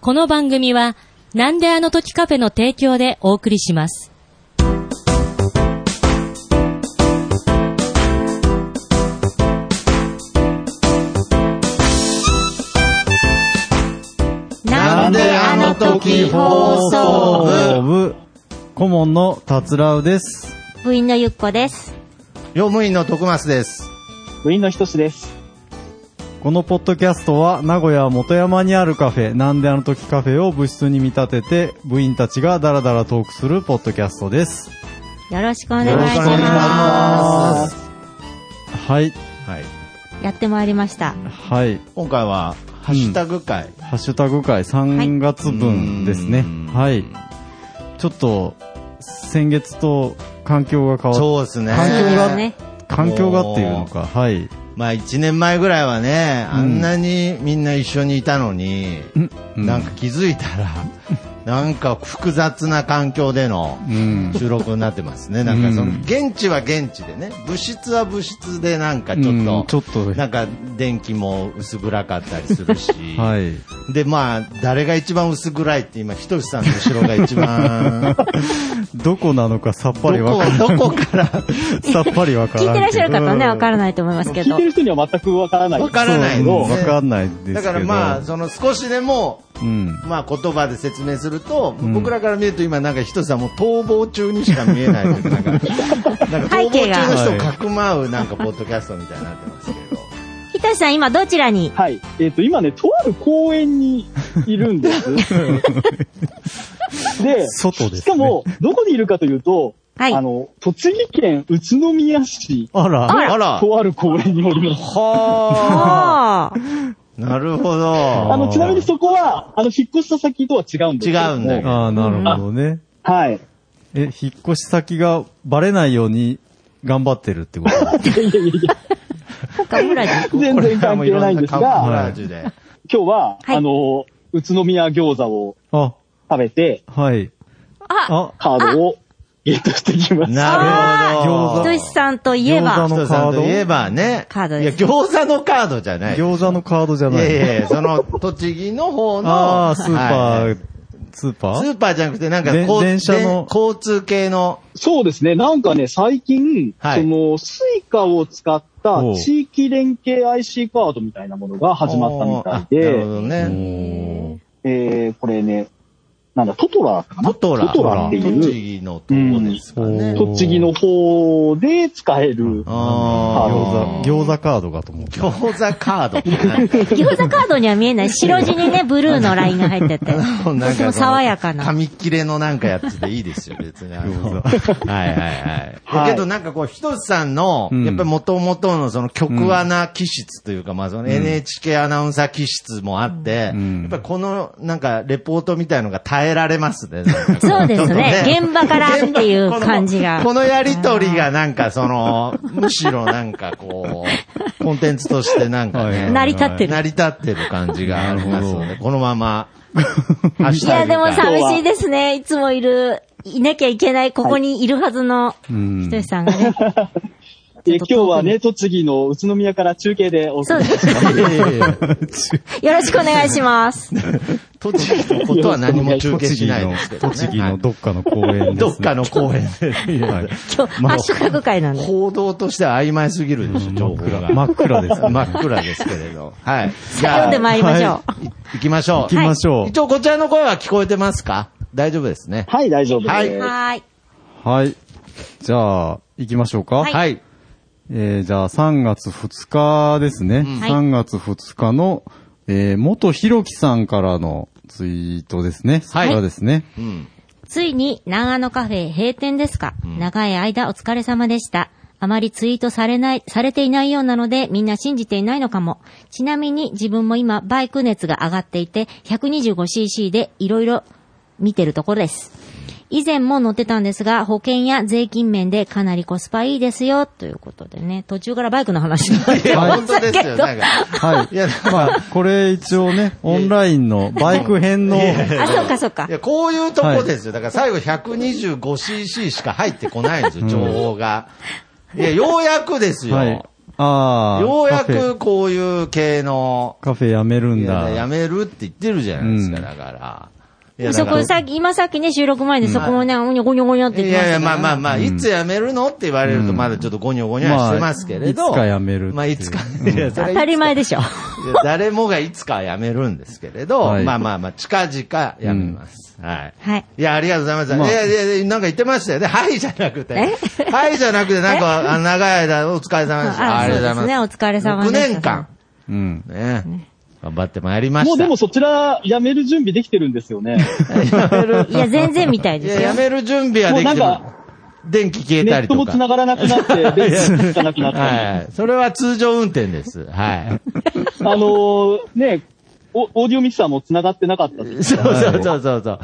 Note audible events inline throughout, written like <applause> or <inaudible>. この番組は、なんであの時カフェの提供でお送りします。なんであの時放送部顧問の達郎です。部員のゆっこです。用務員の徳松です。部員の一つです。このポッドキャストは名古屋元山にあるカフェ、なんであの時カフェを部室に見立てて、部員たちがダラダラトークするポッドキャストです。よろしくお願いしよろしくお願いしま。ますはい。はい。やってまいりました。はい。今回は、ハッシュタグ会。ハッシュタグ会3月分ですね。はい。ちょっと、先月と環境が変わっそうですね。環境がそうね。環境がっていうのか。はい。まあ一年前ぐらいはね、あんなにみんな一緒にいたのに、うんなんか気づいたら、なんか複雑な環境での <laughs> うん。収録になってますね。なんかそのうん、現地は現地でね、物質は物質でなんかちょっうんちょと、っと、なんか電気も薄暗かったりす <laughs> るし、はい。でまあ誰が一番薄暗いって今ひとしさんの後ろが一番どこなのかさっぱりどわこかどこかららん。さっぱりわからん聞いてらっしゃる方はね、うんわからないと思いますけ聞いどて。る人には全くわからない。わからないのけどわかんないですけど。だからまあその少しでもうん。まあ言葉で説明すると、ん僕らから見ると今なんかひとしさんもう逃亡中にしか見えないというかなんかなんか逃亡中の人をかくまうなんかポッドキャストみたいになってますけど。ひたしさん、今どちらにはい。えっ、と、今ね、とある公園にいるん <laughs> です。で、外ですねしかも、どこにいるかというと、はいあの、栃木県宇都宮市、あら、あらとある公園におります。はああ。あなるほーあど。の、ちなみにそこは、あの、引っ越した先とは違うんですけども違うんだけどああ、なるほどね。はい。え、引っ越し先がバレないように頑張ってるっ <laughs> てこといやいやいや岡村に。全然関係ないんでこすれはもういろんなカモフが、ラージュで。今日は、はいあの、宇都宮餃子をあ、食べて、はい。あ、カードをゲットしてきます。なるほあど。ーひとしさんといえば餃子、人さんといえばね。カードですいや、餃子のカードじゃない。餃子のカードじゃいなやい。いやいや、その、栃木の方の。ああ、スーパはいー、スーパスーーパーじゃなくて、なんか、でこう電車ので交通系の。そうですね。なんかね、最近、はいその、スイカを使ったおう地域連携 IC カードみたいなものが始まったみたあいなるほで、どね。おーえー、これね、なんだ、トトラかなトトラ。トトラっていう、栃木のとこですかうんね。ト栃木の方で使える。あ餃ー子、餃子カードかと思った。餃子カードってなんか。 <laughs> 餃子カードには見えない。白地にね、ブルーのラインが入ってて。 <laughs> なんかとても爽やかな紙切れのなんかやつでいいですよ、別に。あのはいはいはい。はいけどなんかこう、ひとつさんの、うんやっぱり元々のその曲アナ気質というか、まあその NHK アナウンサー気質もあって、うんやっぱりこのなんかレポートみたいのが耐えられますね。なんかこそうですね <laughs> ちょっと現場からっていう感じが現場 <laughs> このこのやりとりがなんかその、むしろなんかこう、コンテンツとしてなんかね、成り立ってる成り立ってる感じがありますのなるで、このまま、ハッシいュタや、グでもが寂しいですね。いつもいる、いなきゃいけない、ここにいるはずの、うんひとしさんがね。えー今日はね、栃木の宇都宮から中継でおそう送りでしす。いやいやいやよろしくお願いし <laughs> ます。栃木のことは何も中継しないですけどね。栃木のどっかの公園です、ね。どっかの公園で。 <laughs> はい今日、ハッシュタグ会なんで。報道としては曖昧すぎるでしょ、情報が。真っ暗ですね。真っ暗ですけれど。はい。じ読んでまいりましょう。行きましょ行きましょう。一応こちらの声は聞こえてますか大丈夫ですね。はい、大丈夫です。ははいい。はーい。う。はい。じゃあ、行きましょうか。はいはい。えーじゃあ3月2日ですね。はい3月2日の、えー元ひろきさんからのツイートですね。はいそちらですね。うん。ついに長野カフェ閉店ですか、長い間お疲れ様でした。あまりツイートされない、されていないようなのでみんな信じていないのかも。ちなみに自分も今バイク熱が上がっていて 125cc でいろいろ見てるところです。以前も乗ってたんですが、保険や税金面でかなりコスパいいですよ、ということでね、途中からバイクの話になっいてや、ま本当すでけすよ。ど。なんか。はいい。や、 <laughs> まあ、これ一応ね、オンラインのバイク編の、あ、そうかそうかい。や、こういうとこですよ。だから最後 125cc しか入ってこないんですよ、情報が。いや、ようやくですよ。はい。ああ。ようやカフェ。くこういう系の、カフェやめるんいやだ。やめるって言ってるじゃないですか、うんだから。いやそだかこらさっき、今さっきね、収録前でそこもね、おにょごにょごにょって言っいてましやたいからや、まあまあまあ、いつ辞めるのって言われると、まだちょっとゴニョゴニョはしてますけれど。まあいつか辞めるっていうまあ、いつか。いや、それいつか当たり前でしょ。いや誰もがいつかは辞めるんですけれど、はいまあまあまあ、近々辞めます。はい。はい。いや、ありがとうございます。まあいやいやいや、なんか言ってましたよね。はいじゃなくて。はいじゃなくて、なんか、あ長い間お疲れ様でした。ありがとうございます。そうですね、お疲れ様でした。 6年間。うん。ね。頑張ってまいりまもうしでた。もそちら、やめる準備できてるんですよ <laughs> ね。いや、全然みたいいですや、よ辞。める準備はできてもうるなんか。電気消えネたッりトともか。繋がらなくな <laughs> って、電気もつかなくなったり。はい。それは通常運転です。はい。あのーね、オオーディオミキサーも繋がってなかった <laughs> しそうそうそうそうそう。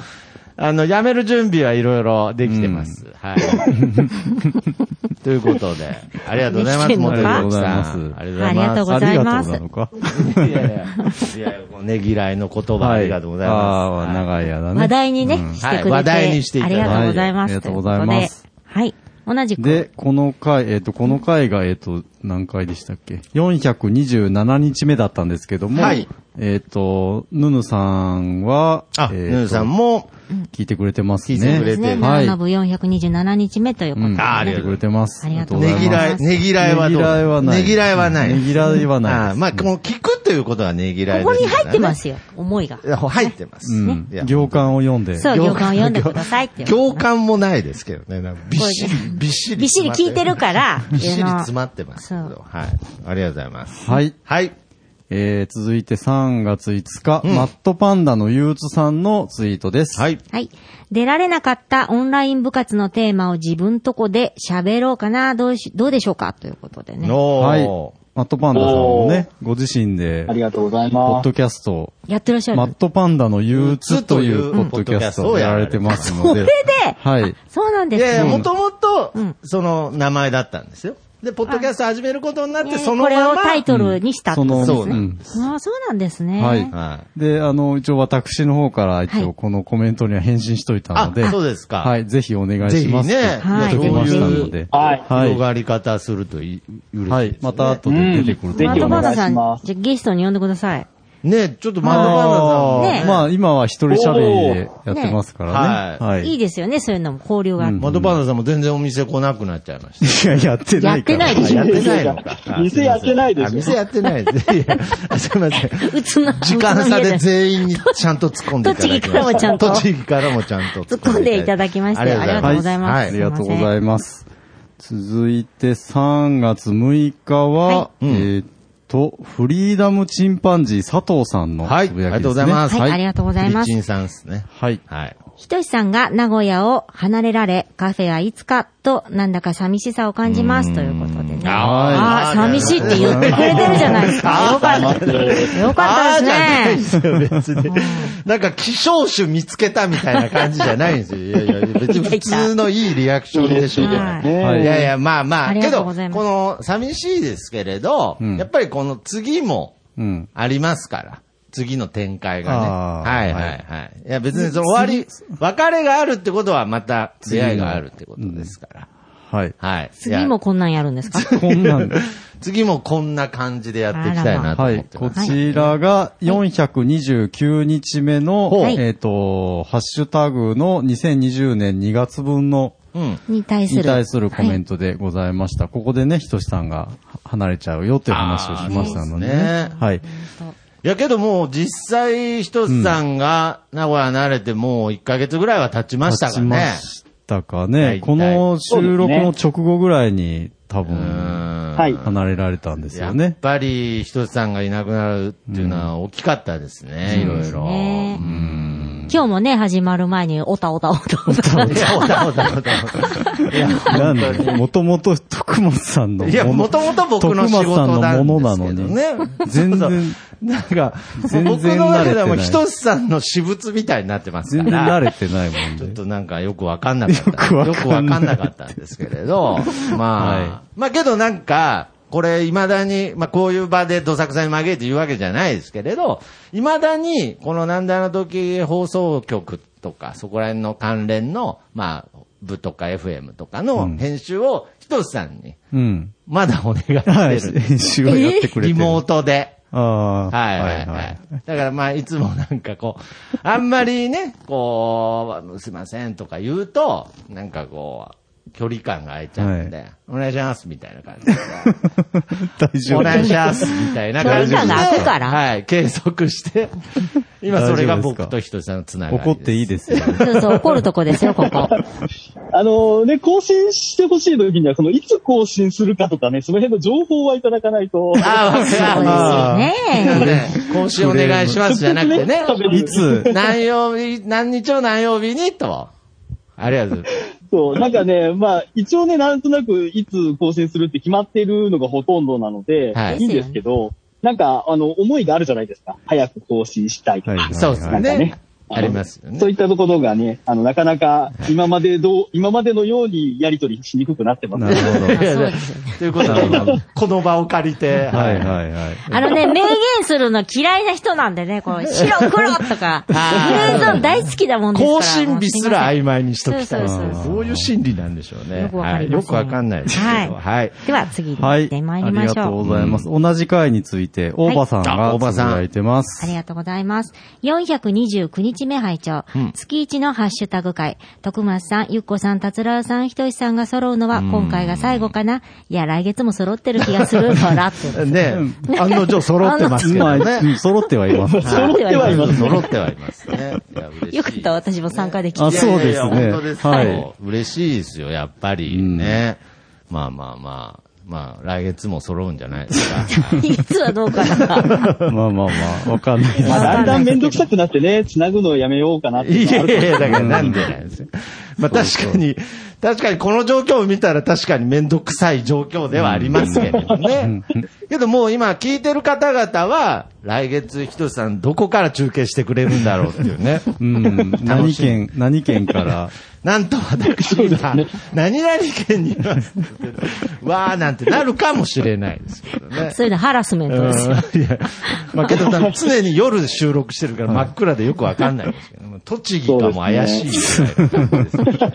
あの、辞める準備はいろいろできてます。はい。 <laughs> ということで、ありがとうございます、できてんの元か木さん。がとうございりあますありがとうございます。います。いやいや、いやもうねぎらいの言 <laughs> 葉ありがとうございあますあ、。長い間ね。話題にね、うんしてくれて、はい話題にしていたあだいりてがとうございます。はいありがとうございまとすいうことで。はい。同じく。で、この回、えっ、と、この回が、えっ、と、何回でしたっけ ?427 日目だったんですけども、はいえっ、と、ヌヌさんは、あ、えヌーーとさんも、聞いてくれてますね。聞いてくでれすてね、るはい7部427日日目ということで、うん、ねああり聞がいとてうくれてます。ありがとうございねますぎらい、ねぎらいはどうねぎらいはないねぎらいはない。ねぎらいはないああまあ、もう聞くということはねぎらいここですにからね入ってま。すよ、思いが。いや入ってます。うんいや行間を読んで。そう、行間を読んでくださいっていう。共感もないですけどね。なんかびっしり、びっしり。びっしり聞いてるから、びっしりあの詰まってますそけど。うはい。ありがとうございます。はい。はい。えー、続いて3月5日、んマットパンダの憂鬱さんのツイートです。はい。はい。出られなかったオンライン部活のテーマを自分とこで喋ろうかな、どうし、どうでしょうかということでね。のはい。ーマットパンダさんもね、ご自身であ、りがとうございポまッすド。キャストを、やってらっしゃマるッ。トパンダの憂鬱というポッドキャストをやられてますので。はい。そうなんでいすね。やいや、もともとうん、その名前だったんですよ。で、ポッドキャスト始めることになっねて、そのこまれま。をタイトルにしたってそことの、ですね。そうう。なんああ、そうなんですね。はいはい。で、あの、一応私の方から一はい応このコメントには返信しといたあので、、そうですか。はい、ぜひお願いぜしひます。ね、はいそう届けましたのいでう。はい。はい広。がり方するとい嬉しいですね。はい。また後で出てくるとぜマー思ひトおバ願ーいダさん、しじゃまあゲストに呼んでください。ね、ちょっとまだあまだねーまあ、今は一人喋りでやってますかねらね。はいいいですよね、そういうのも交流があって。マドバナさんも全然お店来なくなっちゃいました。いや、やってないから。やって <laughs> ないでしょやってないのか。あ店やってないですよあ店やってない <laughs> です。いやすいません。うつの、時間差宇都宮でで全員にちゃんと突っ込んでいただきまし栃た。木からもちゃんと栃木からもちゃんと突っ込んでいただきまして、ありがとうございます。ありがとうございます。続いて3月6日はは、いうんえーっと、フリーダムチンパンジー佐藤さんのはい。あつぶりやきですね。がとうございますす。はいありがとうございますリチンさんですね。はい。はい。ひとしさんが名古屋を離れられ、カフェはいつかと、なんだか寂しさを感じますということでね。あああ、ー寂しいって言ってくれてるじゃないですか。よかった。よかったですね。すね。別に。なんか、希少種見つけたみたいな感じじゃないん <laughs> ですよ。いやいや、別に普通のいいリアクションでしょ。嬉しいいですはいね。はいやいや、まあまああ、りけがとうど、ごこざいますの、寂しいですけれど、うんやっぱりこの次も、うん。ありますから。次の展開がね。あーはいはいはい。いや別にその終わり、別れがあるってことはまた出会いがあるってことですから。はい。はい。次もこんなんやるんですかこん <laughs> なんで。いや。次もこんな感じでやっていきたいなとは思っい。てこます。ちらが429日目の、はいえーっと、ハッシュタグの2020年2月分のうん。に対すにる。対するコメント。トでございました。ここでね、ひとしさんが離れちゃうよという話をしましたので、あーそうですねはい。いやけどもう実際ひとつさんが名古屋離れてもう1ヶ月ぐらいは経ちましたからね立。ちましたか大ね。体この収録の直後ぐらいに多う分んはい。離れられたんですやよっね。ぱりひとつさんがいなくなるっていうのは大きかったですね、いろいろ。ねうん今日もね、始まる前に、おたおたおたおた。いや、おだおだおだおだ。いや、なんで、もともと徳松さんのもいの。や、もともと僕の仕事なんですけどね。全そうそう然、なんか、全然僕の中ではもう慣れてないひとしさんの私物みたいになってますか全ら。然慣れてないもんちょっで。となんかよくわかんなか <laughs> った。よくわかんないくわかんなかったんですけれ <laughs> ど、まあ、はまあけどなんか、これ未だに、まあこういう場でどさくさに紛れて言うわけじゃないですけれど、未だにこのなんであの時放送局とかそこら辺の関連の、まあ、部とか FM とかの編集を、ひとつさんに、うん。まだお願いしてる。はい。編集はやってくれてリる。モートで。ああ。はいはいはい。だからまあ、いつもなんかこう、あんまりね、こう、すいませんとか言うと、なんかこう、距離感が空いちゃうんで、お願いしますみたいな感じ <laughs> で、大丈お夫。願いしますみたいな感じで、距離感が空くからはい、継続 <laughs> して、今それが僕とひとしさんのつながりです。怒っていいですよ。そうそう、怒るとこですよ、ここ。あのね、更新してほしい時には、その、いつ更新するかとかね、その辺の情報はいただかないと。ああ、わかそうるですよね。ね。更新お願いしますじゃなくてね、いつ、何曜日、何日を何曜日にと。ありがとうございます。そう、なんかね、まあ、一応ね、なんとなく、いつ更新するって決まってるのがほとんどなので、はいい、いんですけど、なんか、あの、思いがあるじゃないですか。早く更新したいとか。はいそうですなんかねね。ありますよねそう。いったところがね、あの、なかなか、今までどう、今までのようにやりとりしにくくなってますなね。るほど。あ <laughs> そうですよね。ということなるで、ほど今この場を借りて、はいはいはい。あのね、明言するの嫌いな人なんでね、こう、白黒とか、グレあーーゾーン大好きだもんですから。更新日すらもうい曖昧にしときたい。そうそうそうそうどういう心理なんでしょうね。よくわかりませんはいよくわかんないですけど。はいはい。ませんでは次には行い。ってまいりましありがとょうう。ございます。同じ回について、大場さんはいあが大場さんつぶやいてまあす。りがとうございます。429日目拝聴、うん月一のハッシュタグ会。徳松さん、ゆっこさん、達郎さん、ひとしさんが揃うのは今回が最後かな。いや、来月も揃ってる気がするからって。ね、 <laughs> 案の定揃ってますけまあ、どうね。ん揃ってはいます。揃ってはいますね。揃ってはいますね。いや嬉しいよかった、私も参加できて。あいやいやいやそうですね本当ですはいよ。嬉しいですよ、やっぱりね。まあまあまあ。まあ、来月も揃うんじゃないですか。いつはどうかな。 <laughs> まあまあまあ、わかんないです。まはあ、だんだんめんどくさくなってね、繋ぐのをやめようかなっていいうのはあやいるかもやいや、だからなんでなんですよ。まあ確かに、確かにこの状況を見たら確かにめんどくさい状況ではありますけれどね。けどもう今聞いてる方々は、来月ひとしさんどこから中継してくれるんだろうっていうね。うん。何県、何県から。なんと私今、何々県にいます。わーなんてなるかもしれないですけどね。そういうのハラスメントですよ。うんいや、まあけど、常に夜収録してるから真っ暗でよくわかんないですけど、栃木かも怪しいぐらいの感じですね。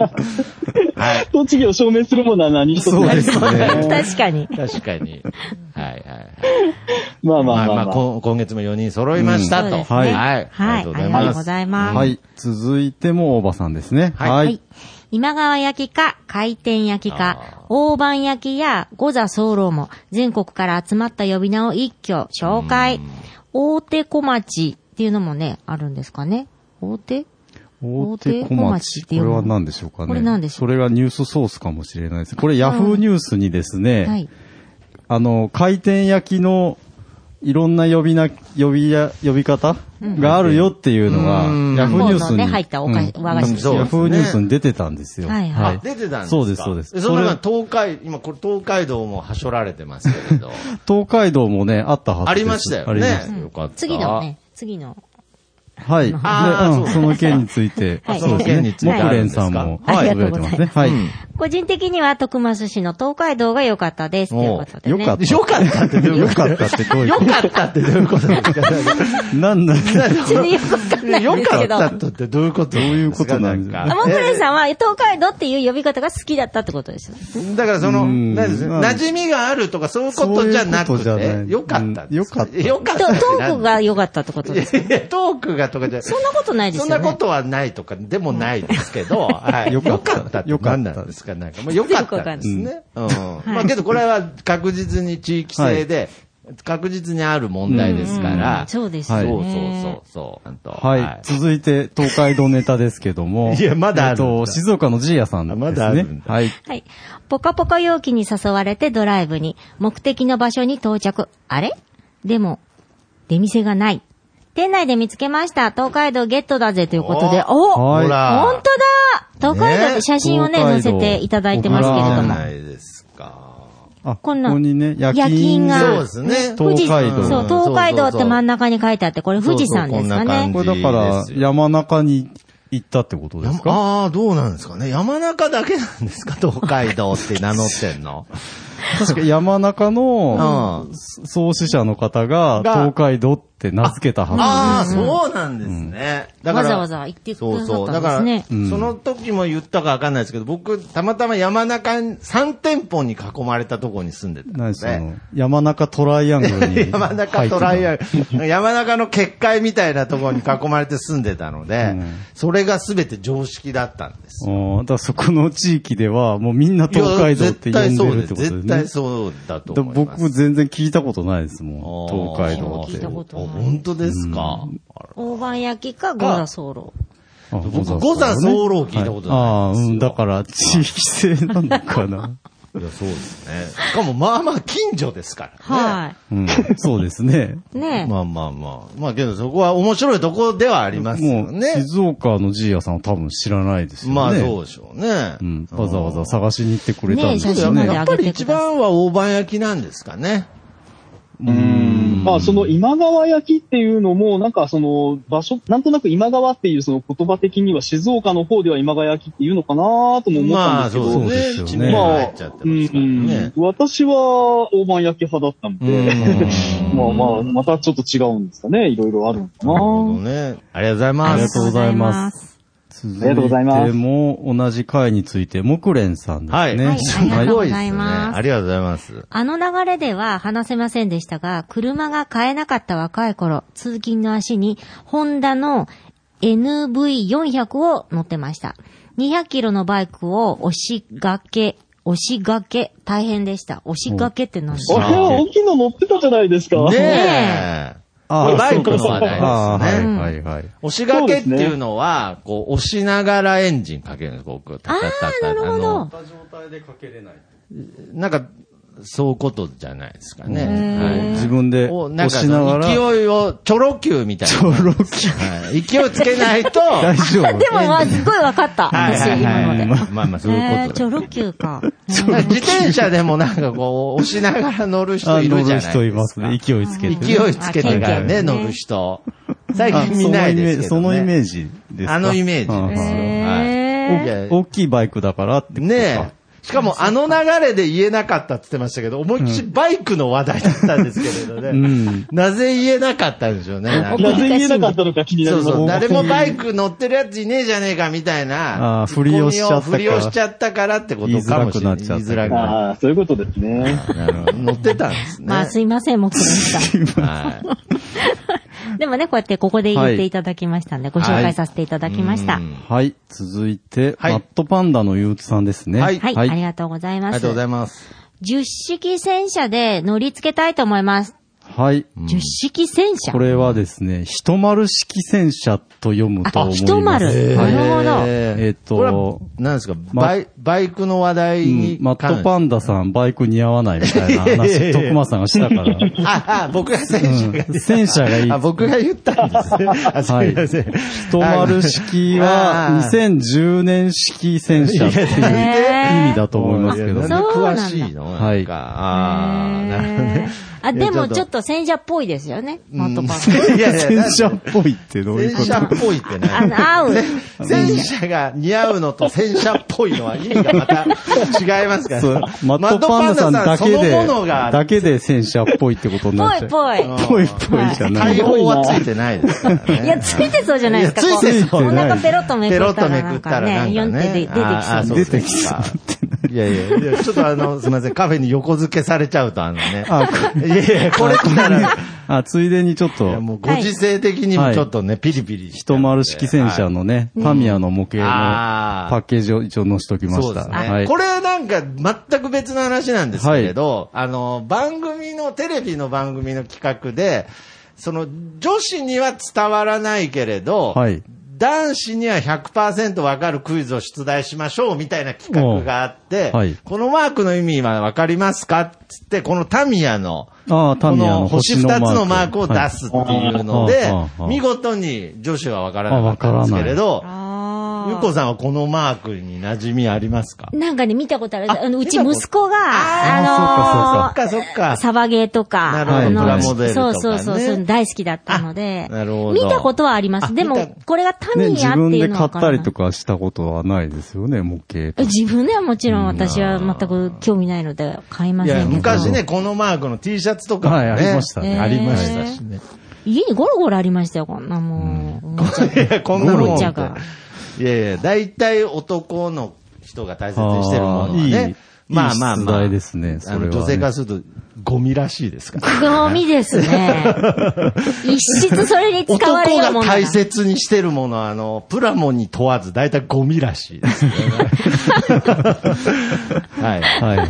はい。栃木を証明するものは何一つないですそうですね確かに。確かに。はいはいはい。 <laughs> まあままああままあ、あ、まあ。こん今月も4人揃いましたそうと。ですはねいはい。はあいりがとうございありがとうまごす。ざいます。はい。続いても大場さんですね。はいははいい。。今川焼きか、回転焼きか、大判焼きや五座候も全国から集まった呼び名を一挙紹介。大手小町っていうのもね、あるんですかね。大手大大手手小町。こ小町っていれうのは何でしょうかね。これ何でしょうそれがニュースソースかもしれないです。これヤフーニュースにですね、はい。あの、回転焼きのいろんな呼びな、呼びや、呼び方があるよっていうのが、うんヤフーニュ本ースのに。ね入ったお菓子うん和菓子ですねヤフーニュースに出てたんですよ。はいはいあ、出てたんですかそうですそうですその中に東海、今これ東海道もはしょられてますけれど。東海道もね、あったはずです。 <laughs> ありましたよありましたね。よかった。次のね、次の。はい。であーうんそその件について、はいそうでそのす件にねつ。いて木蓮さんも、ありつがとぶやいうてござまいすますね。はい。個人的には徳松市の東海道が良かったです。ということでね。よかった。よかったってどういうよこかったってどうというよこかったってどういうことですかとなんだ全然よくわかんないんよですかけっど。たとってどういうことどういうことなんですかモクレさんは東海道っていう呼び方が好きだったってことですよね。だからその、うん何ですまあ馴染みがあるとかそういうことじゃなくそういうことじゃなて、いよかったです。うんよかったよかとトったってなんだ。ークが良かったってこといやですかいや、トークがとかじゃそんなことないですそよんね。なことはないとかでもないですけど、はい。よよかかったったってよかった何なんですかなんか。まあよかったですね。うん。まあけどこれは確実に地域性で、確実にある問題ですかうらん。そうですそようそうね。そうそうなんと。はい。続いて、東海道ネタですけども。 <laughs> いやまだあるんだえっと、静岡のジーヤさんですね。まだあるんだはい。はい。ポカポカ容器に誘われてドライブに、目的の場所に到着。あれでも、出店がない。店内で見つけました。東海道ゲットだぜということで。おはほい本ら。当だ東海道って写真をね、載ねせていただいてますけれじどゃも。ないですか。あ、ここんなこにね、夜夜勤勤がが。そうですね。富士山道そう、東海道って真ん中に書いてあって、これ富士山ですかそうそうこんな感ねじ。これだから、山中に行ったってことですかああー、どうなんですかね。山中だけなんですか東海道って名乗ってんの。 <laughs> 確か山中のうん創始者の方がが東海道っって名付けたはああ、そうなんですね。だからわざわざ行ってくださったんですそうそう。だねから、その時も言ったかわかんないですけど、僕、たまたま山中に3店舗に囲まれたところに住んでたず。ん何でそすねの。、山中トライアングル <laughs> に。山中トライアル、山中の結界みたいなところに囲まれて住んでたので、それが全て常識だったんです。うん。だからそこの地域では、もうみんないや東海道って絶呼ん対でそうるでっす。てことですね。絶対そうだと思います。僕全然聞いたことないですもん。あ東ー海道聞いたって。ことあない。本当ですか。大判焼きかゴザソーロ。あ僕、五座ね騒動聞いたことなああ、いですよ。うん、だから、地域性なのか <laughs> な。いや、そうですね。しかも、まあまあ近所ですからね。はうん、そうですね。い。ねまあまあまあ。まあけど、そこは面白いとこではありますよもう、ね。静岡のジーヤさんは多分知らないですよね。まあ、そうでしょうね。うん、わざわざ探しに行ってくれたんねでえすよ写真ね。までやっぱり一番は大判焼きなんですかね。まあ、その今川焼きっていうのも、なんかその場所、なんとなく今川っていうその言葉的には静岡の方では今川焼きっていうのかなとも思ったんまであ、すけど、そうですね。そうで一すよね年入っちゃってますからね。うん、私は大判焼き派だったので、うんまあまあ、またちょっと違うんですかね。いろいろあるのかななるほどね。ありがとうございえ。あまりがす。とうございます。続いありがとうございますても、同じ回について、木蓮さんですはい。ね。はいすありがとうごごいでざいすね。ますありがとうございます。あの流れでは話せませんでしたが、車が買えなかった若い頃、通勤の足に、ホンダの NV400 を乗ってました。200キロのバイクを押しがけ、押しがけ、大変でした。押しがけって何ですあかれは大きいの乗ってたじゃないですか。ねえ <laughs> ね。ああ、バイクのそうか話題ですねああはいはい <laughs> はい。押し掛けっていうのは、こう、押しながらエンジンかけるんです、僕。ああ、ななるほど。。なんか、そういうことじゃないですかね。はい自分でをなん押かしながら、勢いちを、チョロ Q みたいな。ょろき、はい勢いつけないと、 <laughs> 大丈夫。でも、まあ、すごいわかった。はい私、はい今ので。はい。まあまあ、そういえうー、こちとょろきゅうか。だから自転車でもなんかこう、押しながら乗る人あいる乗じゃないでるすか。人いますね。勢いつけて。勢いつけてからね、あ乗る人。最近見ないですけど、ね。そのイメージですかあのイメージですよ。うんはいいや大きいバイクだからってことか。ねえ。しかもあの流れで言えなかったって言ってましたけど、思いっきりバイクの話題だったんですけれどね。んなぜ言えなかったんでしょう <laughs> ね。なんかなぜ言えなかったのか気になりそまうす。そう。誰もバイク乗ってるやついねえじゃねえかみたいな。あーふりをしちゃったかふらりをしちゃったからってことかもしれない。言いづらくなっちゃった言いづらくなっああ、そういうことですちゃね。ったなるほど乗ってたんですね。まあ、すいません、もう来ま <laughs> した。はいでもね、こうやってここで言っていただきましたんで、ご紹介させていただきました。うは、んはい。続いて、はいマットパンダの憂鬱さんですね。はいありがとうございあまりがすとうご。ざいます。十式戦車で乗り付けたいと思います。はい。十式戦車これはですね、一丸式戦車と読むとあ、思います。一丸。なるほど。えーえっとこれは何ですかまバイ、バイクの話題うんにマットパン。ンダさん、バイク似合わないみたいな話、徳間さんがしたから。あ、あ、僕が選手がうん戦車がいい。あ、僕が言ったんですね。あ、すはいみません。一丸式はあー2010年式戦車っていう意味だと思いますけどいや。そなんうなんでだ詳しいのはいなんかあーなるほどね。あ、でもちょっと戦車っぽいですよね。マット <laughs> パンい <laughs> やいや戦車っぽいってどういう戦車こっぽいってね。ダ。あの、合う。戦車が似合うのと戦車っぽいのは意味がまた違いますからとね。マットパンダさんだけマットパンダさんでそのもの、がだけで戦車っぽいってことになっちゃう。ぽいぽいぽいぽいじゃない解。放はついてないですからね。いや、ついてそうじゃないですか。いやついてそうこお腹ペロッとめくペロっッたとらめなくんっかたらね、なんヨかンってでね出。てきそうあーなそうですかいやいやいや、ちょっとあの、すみません、カフェに横付けされちゃうとあのね。あ、こいやいや、これ来たら、あ、ついでにちょっいとや、もうご時世的にもちょっとね、ピリピリしちゃう一んで丸式戦車のね、ファミアの模型のあーパッケージを一応載せときまそうしでた。すね。はいこ。れなんか全く別の話なんですけれど、あの、番組の、テレビの番組の企画で、その、女子には伝わらないけれど、はい男子には100%わかるクイズを出題しましょうみたいな企画があって、おはいこのマークの意味はわかりますかっつって、このタミヤの、ああ、タミヤこのの星星のマー2ク。つのマークを出すっていうのではいあああ、あ見事に女子はわからなかったんですけれど、あゆっこさんはこのマークに馴染みありますかーなんかね、見たことある。あの、うち見たこと息子が、あーそあっのーかそっか。サバゲーとか、なるほどあのプラモデルとかねそうそうそう、そういうの大好きだったので、あなるほ見どたことはあります。で見もた、これがタね、ミ自ヤって分いでうの買は分ったらないりとかしたことはないですよね、模型とか。自分ではもちろん私は全く興味ないので買いまいせんけや、ど。昔ね、このマークの T シャツとかもね。はいありましたねえーありましたしね。家にゴロゴロありましたよ、こんなもう。おもちゃがいやこんなおもんもっちてゃ <laughs> が。いやいや、大体男の人が大切にしてるものはあーいねい。いい出題ですねそあれはねの女性からすると、ゴミらしいですから。ゴミです <laughs> ね。一室それに使われ男るがもんだ大切にしてるものは、あの、プラモンに問わず、大体ゴミらしいですよ <laughs> ね。はい。はいはい。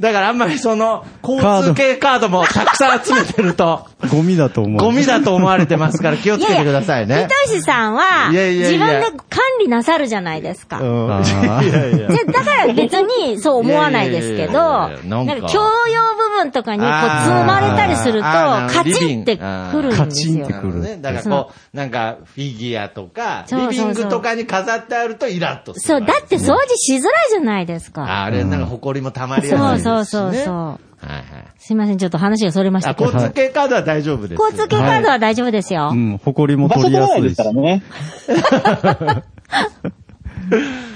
だからあんまりその、交カー通ド系カードもたくさん集めてると、ゴミだと <laughs> 思う。ゴミだと思われてますから気をつけてくださいいやねや。三しさんは、いやいやいや自分で管理なさるじゃないですか。うんあいやいや <laughs> じゃだから別にそう思わないですけど、いなやいやいやいやなんんかか教養部分とかにこうあー積まれたりすると、あーカチンってリビングくるんですよカチンっ。てくるね。だからこう、なんかフィギュアとか、そうそうリそうビングとかに飾ってあるとイラッとすそる。う、だって掃除しづらいじゃないですか。あれ、なんか埃も溜まりやすいそうですしね。そうそうはそう。いはい。すいません、ちょっと話がそれましたあ、けど。交通系カードは大丈夫です。交通系カードは大丈夫ですよ。うん、埃も場取所り取らやなすいでいすしか、らね。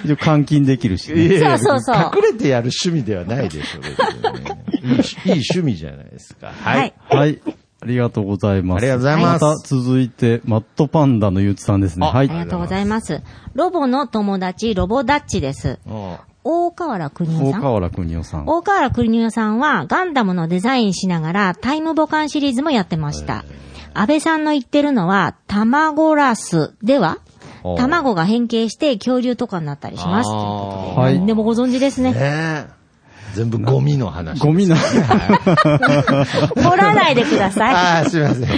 一応監禁できるし、いね。やいやそうそうそう隠れてやる趣味ではないでしょう、別にねいい趣いい趣味じゃないですか。ははいい。。はい。ありがとうございまあす。りがとうございますまた続いて、マットパンダのゆうちさんですね。あはい。ありがとうございます。ロボの友達、ロボダッチです。うん大河原邦夫大さん。河原邦夫さん。大河原クリニューさんはガンダムのデザインしながらタイムボカンシリーズもやってました。安倍さんの言ってるのは、卵ラスではお卵が変形して恐竜とかになったりします。あといーうことで。はい何でもご存知ですね。ねえ全部ゴミの話。ゴミな。掘らないでくださああ、すいません。 <laughs>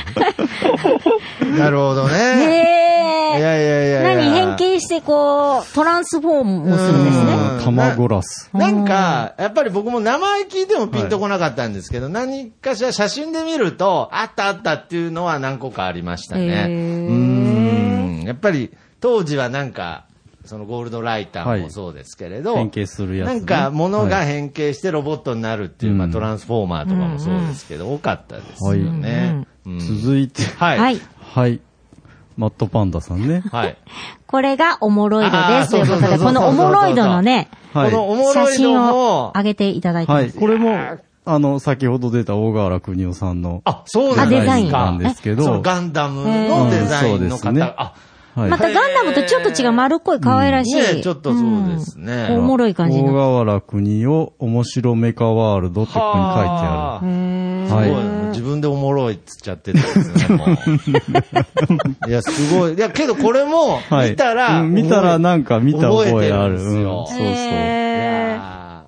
なるほどい。ね。 <laughs> いやねえ。いやいやいや。何変形してこう、トランスフォームをするんですね。うん卵ラス。なんか、やっぱり僕も名前聞いてもピンとこなかったんですけど、何かしら写真で見ると、あったあったっていうのは何個かありましたね。へーうん。やっぱり、当時はなんか、そのゴールドライターもそうですけれど、はい変形するやつねなんか、物が変形してロボットになるっていう、まあうんトランスフォーマーとかもそうですけど、多かったですよね。うん続いて、はい。ははいい。。はい。マットパンダさんね。はい。これがオモロイドあでーす。ということそうそうそで、うそうこのオモロイドのね、はこのい。おも写ろい真のをも、上げていただいてまはすい。。これも、あの、先ほど出た大河原邦夫さんの、あ、そうなんあデザインかななんんでですすけそのど、ガンダムのデザインのう方んそうですねが、あ、はいまたガンダムとちょっと違う丸っこい可愛らしい。ねえちょっとそうですねうんおもろい感じ大の。河原国を面白メカワールドってここに書いてあはへあーる。はすごい、もう自分でおもろいっつっちゃってるんですね、もういや、すごい。いや、けどこれも、はい見たら、うん見たらなんか見た覚えあ覚えてんる。ですようんそうそう。へーあ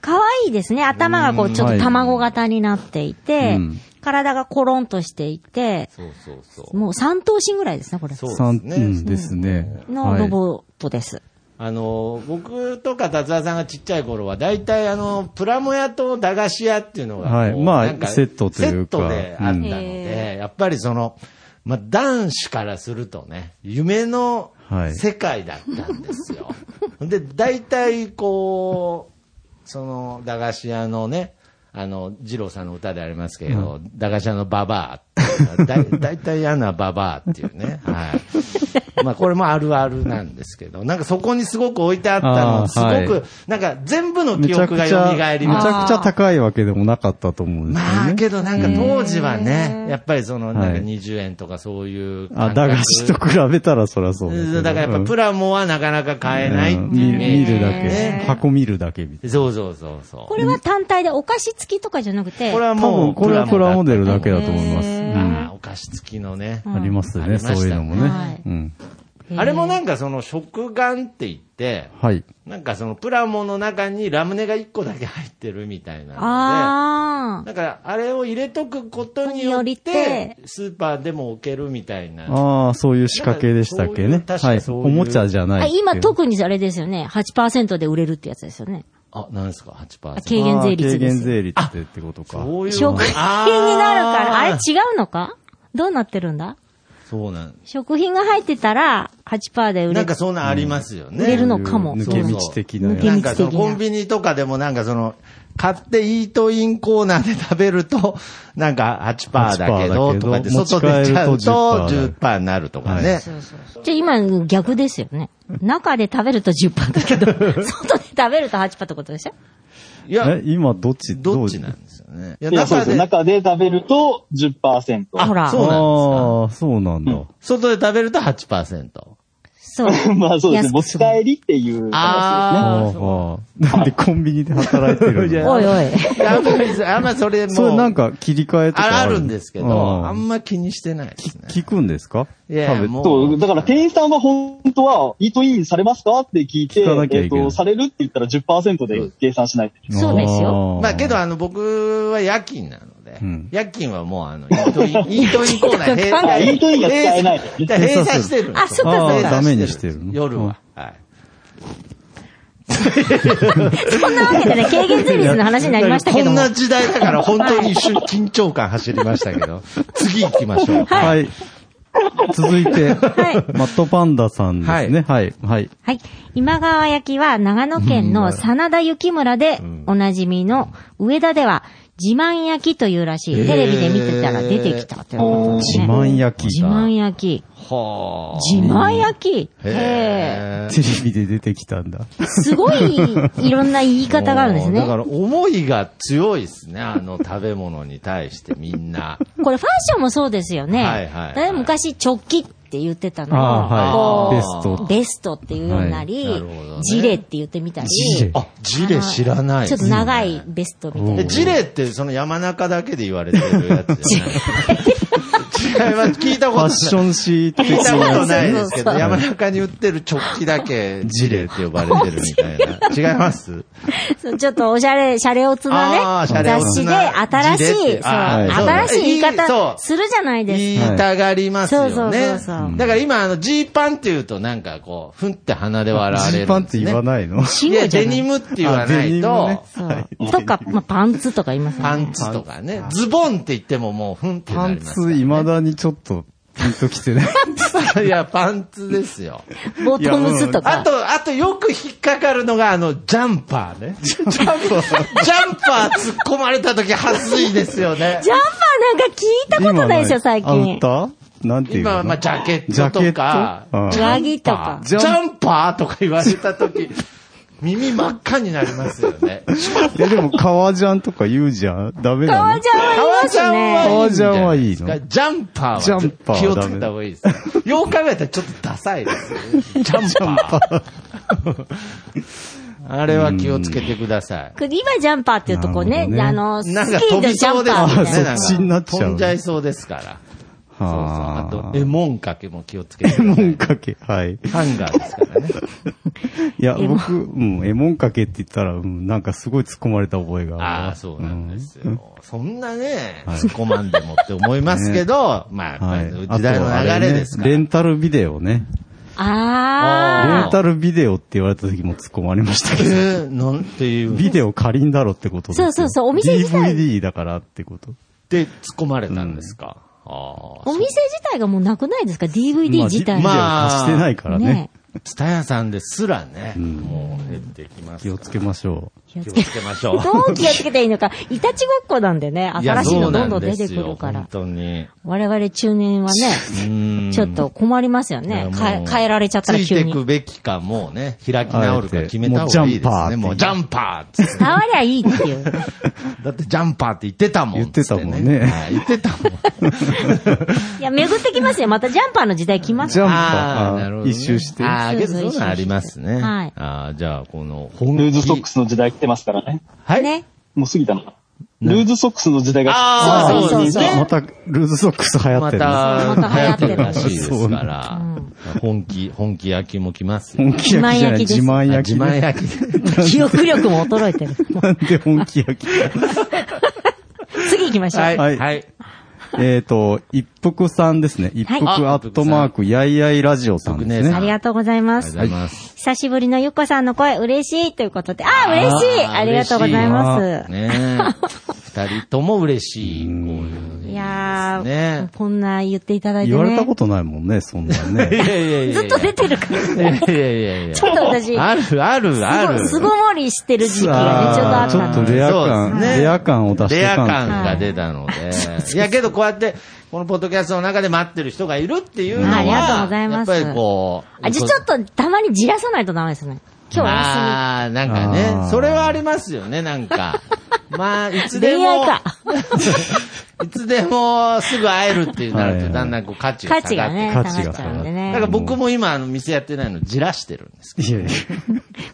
可愛いですね。頭がこう、ちょっと卵型になっていてうん、体がコロンとしていてー、そうそうそう。もう3頭身ぐらいですね、これ。そう三でうすねんですね。のロボットです。あの、僕とか達田さんがちっちゃい頃は、大体あの、プラモ屋と駄菓子屋っていうのがこう、はいまあなんかセットというかセットであったのうんで、やっぱりその、まあ、男子からするとね、夢のはい世界だったんですよ。 <laughs> で、大体こう、その、駄菓子屋のね、あの、二郎さんの歌でありますけど、駄菓子屋のババアっていうのはだい、大 <laughs> 体嫌なババアっていうね、はい。まあ、これもあるあるなんですけど、なんかそこにすごく置いてあったの、あすごく、ーはなんか全部のめ記ちゃく憶がちゃ、蘇めりちますゃくちゃ高いわけでもなかったと思うんですよまあ、ね。けどなんか当時はね、やっぱりその、なんはかい20円とかそういうあ、感覚。駄菓子と比べたらそりゃそうですうね。んだからやっぱプラモはなかなか買えないってういうん見イるメー見ジるだねけ。箱見るだけみたいそうそうそうそう。これは単体でお菓子付きとかじゃなくて、これははな。多も分う、これはプラモデルだけだだと思います。うとんああお菓子付きのね。ありますよありまね、したねそういうのもはねい。うんあれもなんかその食玩って言って、はい。なんかそのプラモの中にラムネが1個だけ入ってるみたいなのあで、だからあれを入れとくことによっによてっ、スーパーでも置けるみたいな。ああ、そういう仕掛けでしたっけなんね。かそうはいう確いか。おそういうもちゃじゃーないあ。っていう今特にあれですよね。8%で売れるってやつですよね。あ、なんですか ?8%。軽減税率あーで軽減す。税率ってってことか。そういう食品になるから、あれ違うのかどうなってるんだそうなん。食品が入ってたら8%で売れなんかそんなんありますよね。売れるのかも。抜け道的なやつ抜けなん道かその的コンな。ビニとかでもなんかその、買ってイートインコーナーで食べると、なんか8%だけど、とかで、 8%だ外出けどちゃう持ち帰るとと10% 10%になるとかね。じゃあ今逆ですよね。中で食べると10%だけど、外で食べると8%ってことでしょいや、え、今どっちどっちなんどうですよ。よね。いやいや、そうですよ。中で食べると10%。ほら。そうなんですか。そうなんだ。外で食べると8%。そう。 <laughs> <laughs> まあそうですね。持ち安く帰りっていう話あああなんでコンビニで働いてるいやのおいおい。あんまり、あんまりそれも。それなんか切り替えとかああるんですけど、あんま気にしてないですね。聞くんですかいやいや、食べもそう、だから店員さんは本当は、イートインされますかって聞いて、聞かなきゃえっいけないと、されるって言ったら10%で計算しないといけそうですよまあけど、あの、僕は夜勤なのでうん、夜勤はもう、あの、イートイン、イートインコーナー閉ない。あ、イートインが使えない。閉鎖閉鎖してるんですよあそっかそっか閉鎖ダメにしてるの夜は。はい。そんなわけでね、軽減税率の話になりましたけどこんも。な時代だから本当に一瞬緊張感走りましたけど、次行きましょう。はい。続 <laughs> いて、マットパンダさんですね。はい。はい。はい。今川焼きは長野県の真田幸村でおなじみの上田では自慢焼きというらしい。テレビで見てたら出てきたということです自ね。慢焼き自が慢焼き。は自慢焼き。あ。へへテレビで出てきたんだ。え。すごい、いろんな言い方があるんですだかね。ら思いが強いですね、あの食べ物に対してみんな。これファッションもそうですよね。はいはいはいだいぶ昔、直帰って言ってたのあを、あ、はい。こベスうト。ベストっていうようになり、はいなるほどねジレって言ってみたり、ジレあ、ジレ知らない。ちょっと長いベストみたいな。えジレってその山中だけで言われてるやつじゃない違います。聞いたフことァなッい。ションシーって聞いたことないですけど、そうそうそう山中に売ってる直帰だけジレって呼ばれてるみたいな。違いますそうちょっとおしゃれ、シャレオツなあね、ーシャレオツ雑誌でな新しジレっい、てそう、あーそう新しい言いいいそ方うするじゃないですか。言いたがりますはいそようね。そうそうそうだから今、あの、ジーパンって言うとなんかこう、ふんって鼻で笑われる、ジーパンって言わい。ないのい信や、号じゃデなニい。ムって言わあなデニいムねと、そう。とか、まあ、パンツとか言いますよね。パンツとかね。ズボンって言ってももう、ふんってなパンります。ツ、未だにちょっと、ピンときて <laughs> ない。いや、パンツですよ。ボトムズとあか。と、あとよく引っかかるのが、あの、ジャンパー <laughs> ね。ジャンパー、ジャンパー突っ込まれた時、はずいですよねジ。ャンパーなんか聞いたことないでしょ、最近。アウターなんていう今のは、まあ、ジャケッジャトケとッか、トうん上着とか。ジャンパーとか言われた時、耳真っ赤になりますよね。 <laughs> え、でも、革ジャンとか言うじゃんダメなの革ジャンは言いますよね。革ジャンはいいジのャンパーはジャンパーは気をつけた方がいいですよ。よう考えたらちょっとダサいですよね。ジャンパー。 <laughs> あれは気をつけてください。今ジャンパーっていうとこね、なあるほの、スキなんかー飛のびジャそうンでパーすみたいよね。な。あそっちになっちゃう飛んじゃいそうですから。そうそう。あとは、 <laughs> え、ぁ。門掛けも気をつけてくだモさンい。かけ。はい。ハンガーですからね。いや、僕、うん、え、もんかけって言ったら、うん、なんかすごい突っ込まれた覚えがあ <laughs> ああ、る。そうなんですよ。そんなね、突っ込まんでもって思いますけど、まあ、やっぱり時代あとのあ流ねれですからレ。ンタルビデオね。ああーレンタルビデオって言われた時も突っ込まれましたけど。えーなんていう。ビデオ借りんだろってことですよそうそうそうお店自体 DVD だからってこと。で突っ込まれたんですか。あーお店自体がもうなくないですか ?DVD 自体まが。あ、ビデオ貸してないからね。あ、ツタヤさんですらね、もう減ってきます。気をつけましょ気を気つをけつけましょう。どう気をつけていいのか。いたちごっこなんでね、いや新しいのどんどん出てくそうるかならんです。よ本当に。我々中年はうんね、ちょっと困りますよいやねも。う変え変えられちゃったらつい急てに。くべきか、もうね、開き直るか決めた方あがいえいてですね。ももううジジャャンパーっつって伝わりゃいいっていう。だってジャンパーって言ってたもんっつね言ってたもんねはい言ってたもん。いや、巡ってきますよ。またジャンパーの時代来う。ますジャよンあパあ、なるほーがどね。一周して。ああ、けどそういうのありますね。はいああ、じゃあ、この、本気ルーズソックスの時代来てますからね。はい。ね。もう過ぎたのかな。ルーズソックスの時代があーそうそうそうまた、ルーズソックス流行っまてる。た、また流行ってるらしいですから、本気、本気焼きも来ますよ。本気焼きじゃない、自自慢慢あ焼自きね。慢焼き。記憶力も衰えてる。なんで本気焼き次行きましょう。はい。はいはい。えっと、一服さんですね。一服はいアットマーク、やいやいラジオさんです一服姉さあんね。りがとうございまありがすとうご。ざいます。久しぶりのゆっこさんの声、嬉しいということで。ああ、嬉しいあーありがとうございます。ねえ。二人とも嬉しい。こういういやねー、こんな言っていただいて言われたねこ。とないもんね、そんなんい <laughs> ね。やいやいやいや。ずっと出てるから。いやいやいやいや。ちょっと私、ある、ある、ある。すご、すごもりしてる時期がね、ちょうどああっーちたょっのとで。レアそう感、ですねレア感を出してレいアかんと感が出たので。いやけどこうやって、このポッドキャストの中で待ってる人がいるっていうのは、ありがとうございますやっぱりこう。あ、じゃあちょっとたまにじらさないとダメですね。今日お休み。ああ、なんかねあー。それはありますよね、な <laughs> んか。まあ、いつで恋も愛、か。 <laughs> いつでもすぐ会えるっていうなるはいはと、いだんだんこう価値が価下がって値がね、下価値ががっちゃうんでだねか。ら僕も今、あの、店やってないの、じらしてるんですけいやいや。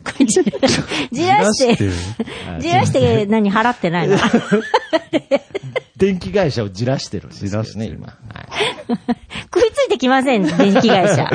これじら <laughs> じらしじてら、じらして何払ってないの食ど。電気会社をじらしてるんですじらよしてね、る今。はいいついてきません、電気会 <laughs> 社。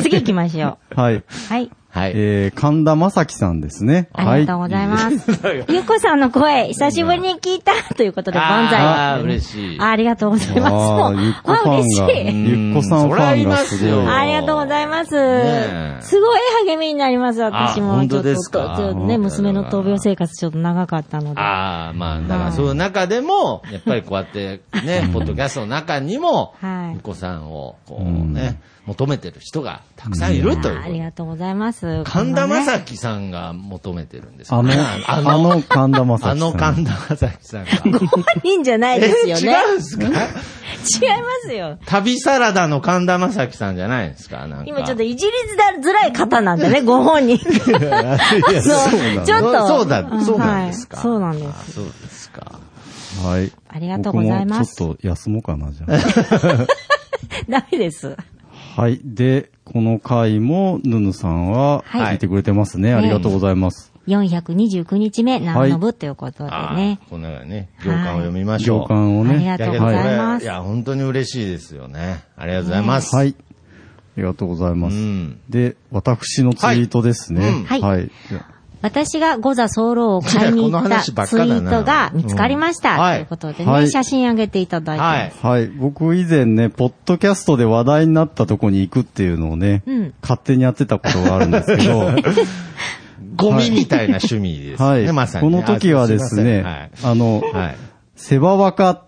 次行きましょはい。う。はい。はい。えー、神田正輝さんですね。。ありがとうございますす。ゆうこさんの声、久しぶりに聞いたということで、万歳。あー嬉しいあありがとうございます。もあうーゆっこあファン嬉しが、い。ゆっこさんうんそファンがすごりゃいい。ますよありがとうございます。ねえすごい励みになります、私も。あ本当ですちょっかとちょっとね、娘の闘病生活ちょっと長かったので。ああ、まあ、だからそういう中でも、やっぱりこうやって <laughs> ね、ポッドキャストの中にも、はいゆこさんを、こうね、求めてる人がたくさんいるといあうこあとりで。がとうございます。神田こんなね正輝さんが求めてるんですあよのね、あの神田正輝さん。あの神田正輝さん <laughs> が。いいんじゃないえですよね。違うん <laughs> ですか違いますよ。旅サラダの神田正輝さんじゃないんですかなんか今ちょっといじりづらい方なんでね、ご本 <laughs> 人。そうなんちょっと。そうだ、そうなんですか。はいそうなんであす。そうですか。はい。ありがとうございます僕もちょっと休もうかな、 <laughs> じゃあ。 <laughs> ダメです。はい。で、この回も、ヌヌさんは、はい聞いてくれてますね。ありがとうございます。 429日目、何の部ということであね。あ、こんながね、行間を読みましょう。行間をね。ありがとうございまいす。や、本当に嬉しいですよね。ありがとうございます。はい。ありがとうございまうす。ん。で、私のツイートですはいね。はいうんはい。私がゴザソーロを買いに行っいやこのた話ばっツかイだなートが見つかりました。うんはいということでね、はい写真あげていただいて。はい。はい。僕以前ね、ポッドキャストで話題になったとこに行くっていうのをね、うん勝手にやってたことがあるんです <laughs> けど、ゴミみたいな趣味ですね、はい。まさにこね。の時はですね、あすいあの、ませんはい。はい。セバワカ、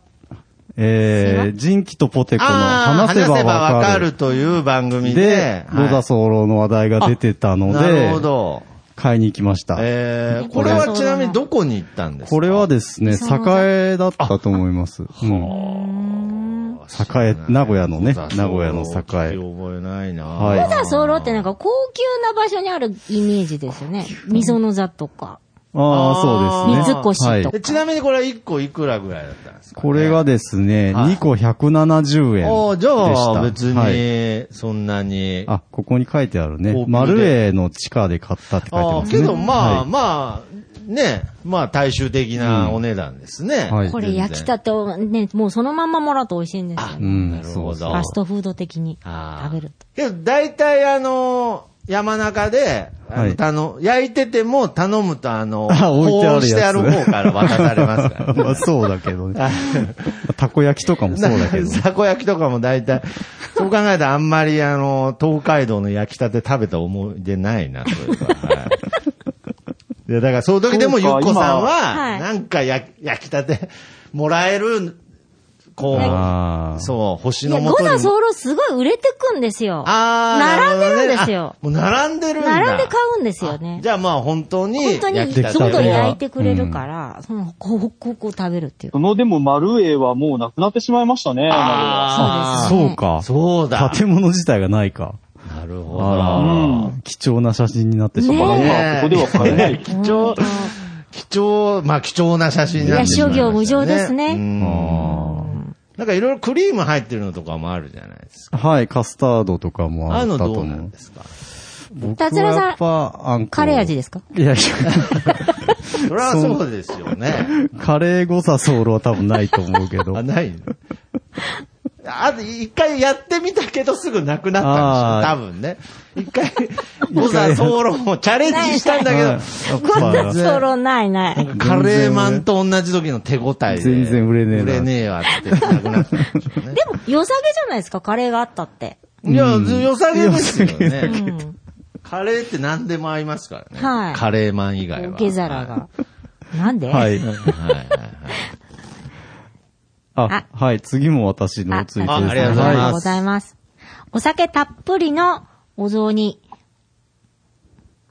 えー、人気とポテコのああ、話話せせばばわわかかるる。という番組でで、、ロザはソーロの話題が出てたいのなるほで、ど。買いに行きました。えー、これはちなみにどこに行ったんですかこれはですね、栄だったと思います。うん栄、名古屋のね、名古屋の聞栄。き覚えないなはいゴザソーロってなんか高級な場所にあるイメージですよね。みその座とか。ああ、そうですね。水越とはいえちなみにこれは1個いくらぐらいだったんですかね、これがですね、はい2個170お円ーでじした。ゃあ別はいに、そんなに。あ、ここに書いてある高ね級。で丸栄の地下で買ったって書いてあまーすね。けどまあ、はいまあ、ね、まあ大衆的なお値段ですね。うんはいこれ焼きたてをね、もうそのまんまもらうと美味しいんですようね。ん、なるそほうど。そうファストフード的にあー食べると。けど大体あの、山中で、あはの、い頼む焼いてても頼むとあの、あ置いてあるやつしてある方から渡されますからね。 <laughs> まあそうだけ <laughs> どね。たこ焼きとか <laughs> もそうだけど。たこ焼きとかも大 <laughs> 体、そう考えたらあんまりあの、東海道の焼きたて食べた思い出ないな、というか。はい、でだから、その時でもゆっこさんはいは、なんか焼き焼きたてもらえる、こあう、ーそう、星いのや、もゴとに。ザソーロすごい売れてくんですよ。あ並んーでるんなほどねですよあもう並んでるんだ。並んで買うんですよね。じゃあまあ本当に、本当に焼きたてどんどんに焼いてくれるから、その、こう、こう、こう食べるっていう。そのでも、マルエはもうなくなってしまいましたね、マあーそうですねそうか。そうだ。建物自体がないか。なるほルエあど。は。ら、貴重な写真になってしまう。うん。ねまあ、ここでは買えない。貴重、貴重、まあ貴重な写真になってしまいまいしたね。や諸行無常ですねうんあなんかいろいろクリーム入ってるのとかもあるじゃないですか。ーはい、カスタードとかもあああいうっのたとどう思なんうで。すか僕達は郎さんやっぱ、あんこ。カレー味ですかいやいそれはそうですよね。や、カレー誤差ソールは多分ないと思うけどあ、。ないのあと一回やってみたけどすぐなくなったんでしょ、多分ね。一回、ゴザソーロもチャレンジしたんだけはいど、ゴやザっソーロないない。カレーマンと同じ時の手応えで。全然売れねえな売れねえわってなくなったんでしょうね。でも、良さげじゃないですか、カレーがあったって。いや、良さげですようね。ん。カレーって何でも合いますからね。はいカレーマン以外は。受け皿が。なんでぱはい。はい。はいはいはいあ、はい、次も私のツイートですあね。ありがとうございますありがとうございます。お酒たっぷりのお雑煮。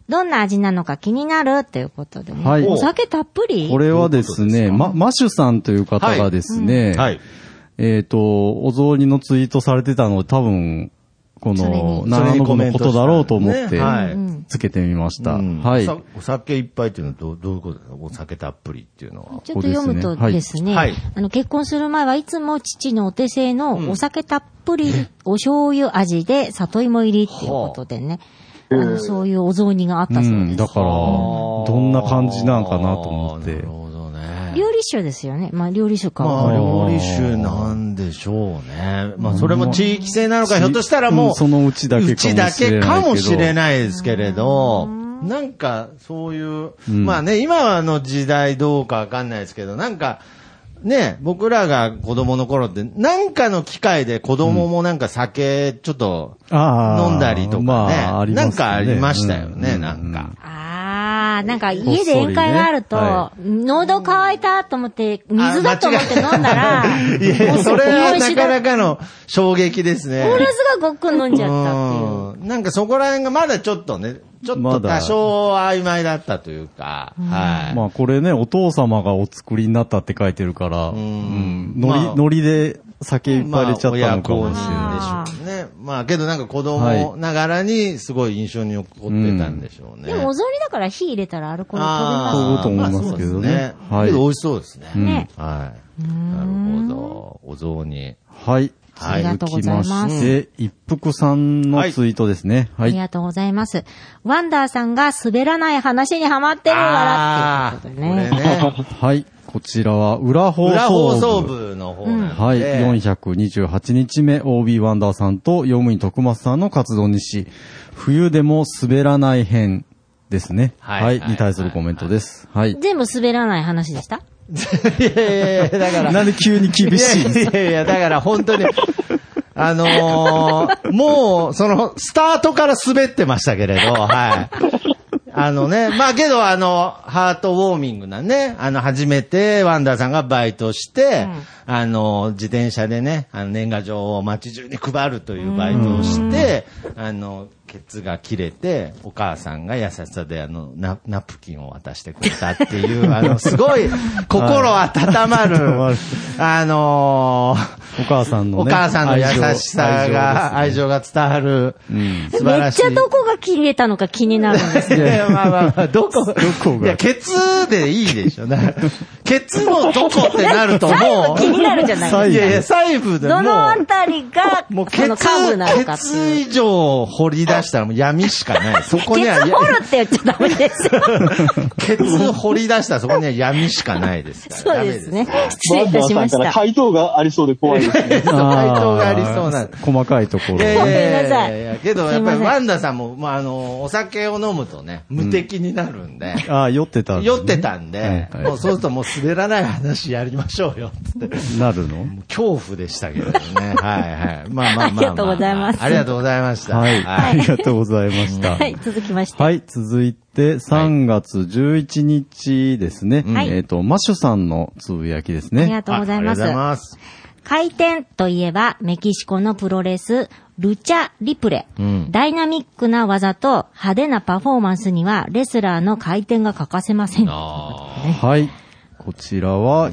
どんな味なのか気になるということでね。はいお酒たっぷりこれはですね、ま、マシュさんという方がですね、はい。えっ、と、お雑煮のツイートされてたので、多分、こそれのに長野語のことだろうと思っそれにコメントしてねはいてうんつけてみました。うんはい。さお酒いっぱいっていうのはどうどういうことですかお酒たっぷりっていうのは。ちょっと読むとですね、はいあの結婚する前はいつも父のお手製のお酒たっぷり、お醤油味で里芋入りっていうことでね、あのそういうお雑煮があったそううです。ん、だから、どんな感じなんかなと思っなてる。ほどね。料理酒ですよね。まあ料理酒か。まああ、料理酒なんでしょうね。まあ、それも地域性なのか、ひょっとしたらもう、うんそのうちだけかもしれないうちだけかもしれないですけれど、うんなんか、そういう、んまあね、今の時代どうかわかんないですけど、なんか、ね、僕らが子供の頃って、なんかの機会で子供もなんか酒、ちょっと、ああ飲んだりとかね、まあありまなんすよねかありましたよね、うんなんか。あー、なんかこっそ家りでね宴会があると、は喉乾いたと思って、水だと思って飲んだら、いや、それはなかなか。かの衝撃ですね。ものすごいごっくん飲んじゃったっていう。うんなんかそこら辺がまだちょっとね、ちょっまとだ多少曖昧だったというか、はい。まあこれね、お父様がお作りになったって書いてるから、うんんノまあリ、ノリで酒いっぱい入れちゃったのかもましれない。あな親い子でしょうね。まあけどなんか子供ながらにすごい印象に残ってたんでしょうね。でもお雑煮だから火入れたらアルコール飛びますーよ飛ぶと思いますけどねあーまあそうはですいけど美味しそうですね。ねはい。なるほど。お雑煮。はい。ありがとうございます続きして、一服さんのツイートですね。はあい。りがとうございます。ワンダーさんが滑らない話にハマってるわらっていうことでね。 <laughs> あーこれね。はい。こちらは裏放送部。裏放送部の方なんで。はい。428日目、OB ワンダーさんと、用務員徳松さんの活動日誌、冬でも滑らない編ですね。ははいい。はいに対するコメントです。はい。全部滑らない話でしたいやいやいや、だ <laughs> から。なんで急に厳しいんですいやいやいや、だから本当に、あのーもう、その、スタートから滑ってましたけれど、はい。あのね、まあけど、あの、ハートウォーミングなね、あの、初めてワンダーさんがバイトして、あの、自転車でね、あの、年賀状を街中に配るというバイトをして、あの、ケツが切れて、お母さんが優しさで、あの、ナナプキンを渡してくれたって <laughs> いう、あの、すごい、心温まる、温まるあのーお母さんのね。お母さんの優愛情しさが、愛愛情情が伝わる、素晴めらっしい。ちゃどこが切れたのか気になるんです。いやいやまあまあ <laughs> まあ、どこ、どこがいや、ケツでいいでしょ。だからケツのどこってなるともう、気になるじゃない細部いやいや、細部でもどのあう、たりが、もうケそのツカーブなの、かケってツいう。以上掘り出したらもう闇しか <laughs> ない。そこケにはツ、掘るって言っちゃダメですよ。 <laughs> ケツ掘り出したらそこには闇しかないですから。 <laughs> そうですね。失礼ワいンダたーしさまんしからた。回答がありそうで怖いですね。ダメです。 <laughs> 回答がありそうなんであー細かいところ。えーごめんなさいやややけど、すやっぱいませりんワンダさんも、まあ、あの、お酒を飲むとね、無敵になるんで、ああ、酔ってたんですね、酔ってたんで、はいはいもうそうするともう滑らない話やりましょうよ、つって。なるの恐怖でしたけどね。 <laughs> はいはい。まあまあまあまあ。ありがとうございますありがとうございました。はい。ありがとうございました。はい、続きまして。はい、続いて3月11日ですね。はいえっ、と、マッシュさんのつぶやきですあね。りがとうございまあありがとうござす。います。回転といえば、メキシコのプロレス、ルチャ・リプレ。んダイナミックな技と派手なパフォーマンスには、レスラーの回転が欠かせません。あはい。こちらは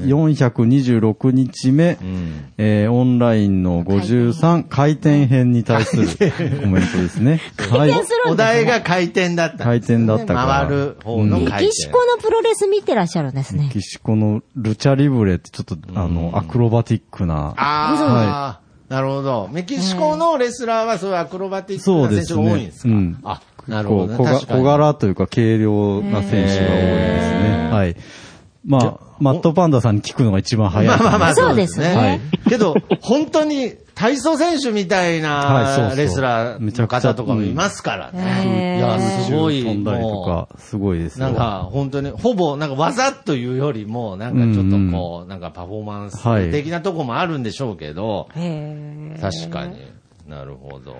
426日目、んえーオンラインの53回転編に対するコメントですね。はい。転するーお題が回転だったんですね、回転だったから回る方の回メ転。キシコのプロレス見てらっしゃるんですメね。キシコのルチャリブレってちょっと、あの、アクロバティックな。ああ、なるほど。メキシコのレスラーはそういうアクロバティックそうな選で手すがね。多いんですかうんあ、なるほど、ね。こう小が確かに小柄というか軽量な選手が多いですね。はい。まあ、マットパンダさんに聞くのが一番早い。まあまあまあ、そうですねはいけど、本当に体操選手みたいはいそうなそうレスラーの方とかもいますからへね。ーいや、すごい、飛んだりともか、すごいでう、すよなんか本当に、ほぼ、なんか技というよりも、なんかちょっとこう、なんかパフォーマンス的なとこもあるんでしょうけど、へー確かに。なるほど。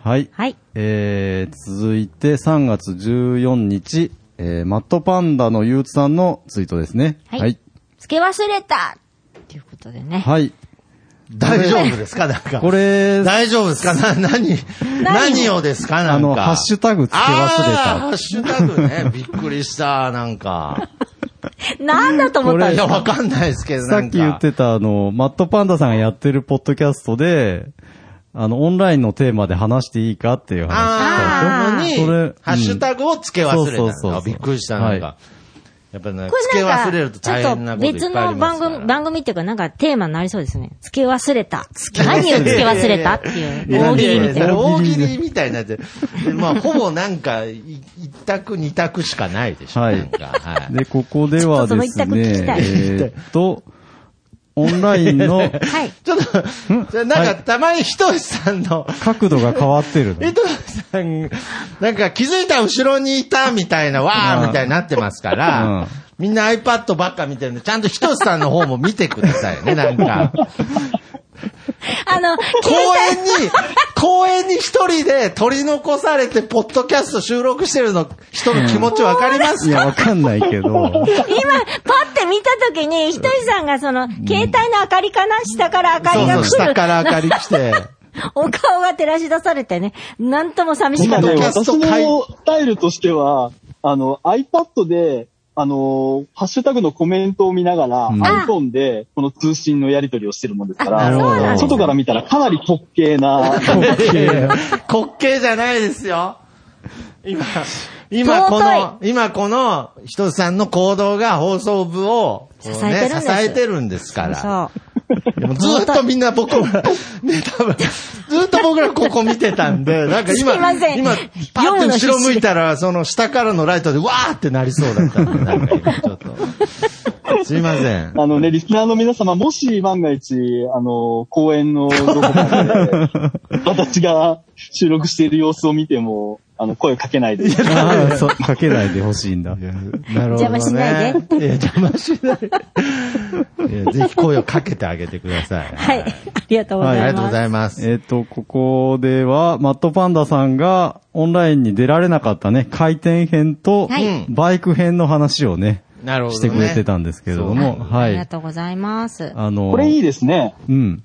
はい。はい。えー、続いて3月14日、えー、マットパンダのゆうつさんのツイートですね。はいはい。付け忘れたっていうことでね。はい。大丈夫ですかなんか。これ、大丈夫ですかな、何、何をですかなんか。あのハッシュタグつけ忘れたあーハッシュタグね。 <laughs> びっくりした、なんか。なんだと思ったんでいすや、かわかんないですけど、さなっんか。き言ってたあの、マットパンダさんがやってるポッドキャストで、あの、オンラインのテーマで話していいかっていう話。ああ、あとーもそれうにん、ハッシュタグを付け忘れたんそうだ。そうそうそうあびっくりした、なんか。はやっぱね、こ付けれなん忘か、れるとちょっ大と変なこといっぱ別いあのりま番すから。組、番組っていうかなんかテーマになりそうですね。付け忘れた。何を付け忘れたっていう。いや大喜利みいたいやいやな。大喜利みたいになってる。でまあ、ほぼなんか、い一択二択しかないでしょ。はいなんかはい。で、ここではでちょすっとそのね、一択聞きたいえーっと、オンラインのはい。ちょっと、じゃあなんか、たまにひとしさんの、角度が変わってるのひとしさん、なんか気づいたら後ろにいたみたいな、わーみたいになってますから、みんな iPad ばっか見てるんで、ちゃんとひとしさんの方も見てくださいね、なんか。あの、公園に、公園に一人で取り残されて、ポッドキャスト収録してるの、人の気持ちわかりますいかや、わかんないけ <laughs> ど、今、パって見たときに、ひとりさんがその、携帯の明かりかな下から明かそりうがそ来う、る。下から明かり来て。お顔が照らし出されてね、なんとも寂しか今った。ね、ポッドキャス私ト会のスタイルとしては、あの、iPad で、あの、ハッシュタグのコメントを見ながら、うん iPhone で、この通信のやり取りをしてるもんですかあなるほどら、外から見たらかなり滑稽 <laughs> な、 <laughs> 滑稽じゃないですよ。今、今この、今この人さんの行動が放送部を、こう支えてるんです支えてるんですから。そう。でもずっとみんな僕ら、ね、多分、ずっと僕らここ見てた <laughs> んで、なんか今すいませ、ん今、パッと後ろ向いたら、その下からのライトでわーってなりそうだったんで、なんか今ちょっと。すいません。あのね、リスナーの皆様、もし万が一、あの、公園のどこかで、私が収録している様子を見ても、あの、声かけないで。あーそうかけないでほしいんだ。なるほど、ね。邪魔しないで。いや、邪魔しない。いやぜひ声をかけてあげてください。はい。ありがとうごあざいます。りがとうございます。、えっと、ここでは、マットパンダさんがオンラインに出られなかったね、回転編とはいバイク編の話をね、なるほど、ね。してくれてたんですけれども、あはりがい。とうございます。あの、これいいですね。うん、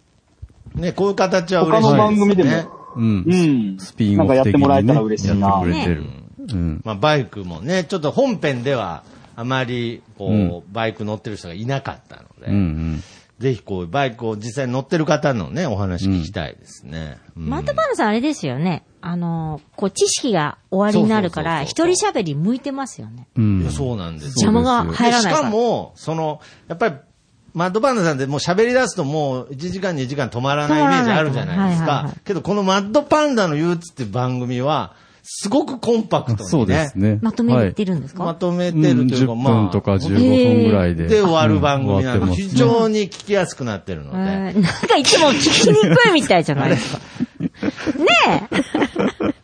ね、こういう形は嬉他しいです、ね。の番組でも。うんう、ん。スピンなオんかやフっ的てに、ね、もらえたら嬉しいな。やってくれてる。うん。まあ、バイクもね、ちょっと本編では、あまり、こう、バイク乗ってる人がいなかったので、うんうん。ぜひこう、バイクを実際に乗ってる方のね、お話聞きたいですね。うんマットパンダさんあれですよね。あの、こう、知識が終わりになるから、そうそう一そう人喋り向いてますよね。うんいやそうなんです邪よ魔が入らないでしか。からも、その、やっぱり、マッドバンダさんってもう喋り出すともう1時間2時間止まらないイメージあるじゃないですはいはいはかい。けどこのマッドパンダの憂鬱っていう番組は、すごくコンパクトそうにね、ですね。まとめているんですか、まとめてるというか、うんまあ、 10分とか15分ぐらいで。で終わる番組なうんで、ん終わって非常に聞きやすくなってるのえで。ーなんかいつも聞きにくいみたいじゃない <laughs> ですか。ねえ <laughs>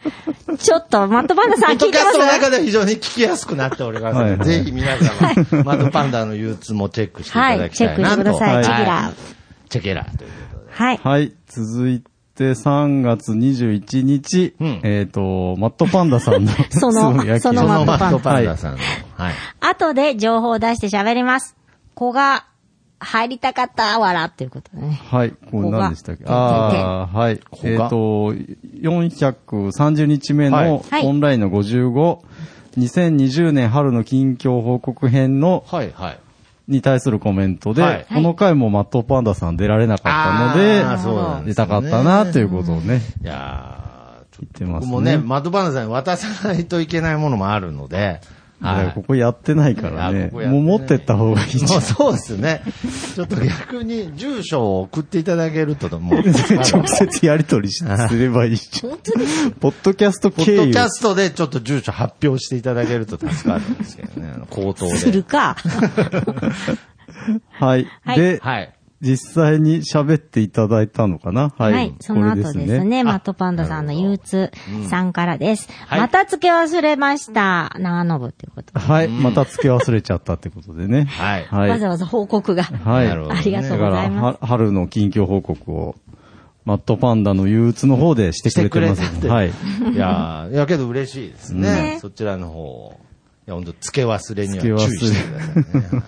ちょっと、マットパンダさポんッド聞いキャてますストの中では非常に聞きやすくなっておりますので、はいはいぜひ皆様、マッドパンダの憂鬱もチェックしていたはだい、きチェッたいクしてなくだと。さい、チェキはラい。チェケラということで。はい。、はい。続いて3月21日、うんえっ、と、マットパンダさんのそ <laughs> のつぶやきそそののママッッドドパパンンダダさんの。はい。後で情報を出して喋ります。子が入りたかった、わら、ということでね。はい。これ何でしたっけここがああー、はい。こえっ、がと、430日目はいのはいオンラインの55、2020年春の近況報告編の、はい、はい。に対するコメントで、はいこの回もマットパンダさん出られなかったので、あーそうなんですね出たかったな、ということをね、いやーちょ言ってっとます僕ね。もね、マッドパンダさんに渡さないといけないものもあるので、はいやここやってないからいやね。ここやってないもう持ってった方がいいじもゃ。うんそうですね。ちょっと逆に住所を送っていただけると、 <laughs> もう、ポッ直接やり取りしすればいいじゃん。ポッドキャスト経ド由。キャストでちょっと住所発表していただけると助かるんですけどね、あの口頭するで。か。はい。はいで、はい。実際に喋っていただいたのかなは。はいい、その後ですこれね、マットパンダさんの憂鬱さんからです。また付け忘れました、長信ということで、はい。また付け忘れちゃったってことでね。はいはい。わざわざ報告が。はい。なるほどねありがだとかうございら、まは春の近況報告を、マットパンダの憂鬱の方でしてくれてますしてくれたっのてで。はい。いやーいやけど嬉しいですね。ねそちらの方を。いや、本当付け忘れには付け忘れ注意してくださいね。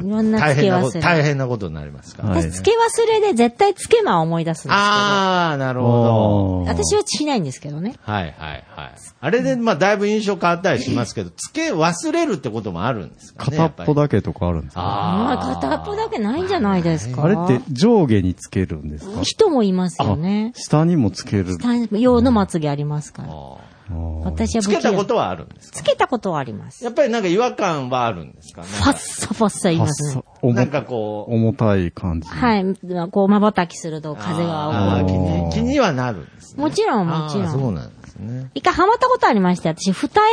いろんな大付け変なこ忘と、れ。大変なことになりますから。はい私、付け忘れで絶対付け間を思い出すんですけど。あー、なるほど。私はしないんですけどね。はいはいはい。あれで、まあ、だいぶ印象変わったりしますけど、付け忘れるってこともあるんですかね。片っぽけ。だけとかあるんですかまああ、片っぽだけないんじゃないですか。あれって上下につけるんですか人もいますよね。下にもつける。下用のまつげありますから。ー。あー私はつ不器け用たことはあるんですかつけたことはあります。やっぱりなんか違和感はあるんですかね。ファッサファッサ言います発ね。想重なんかこ重たい感じ。はい。こう、瞬きするとう、風があー起気こに気にはなるんでする。ね。もちろん、もちあーろ。そうんなんですね。一回ハマったことありまして、私、二重化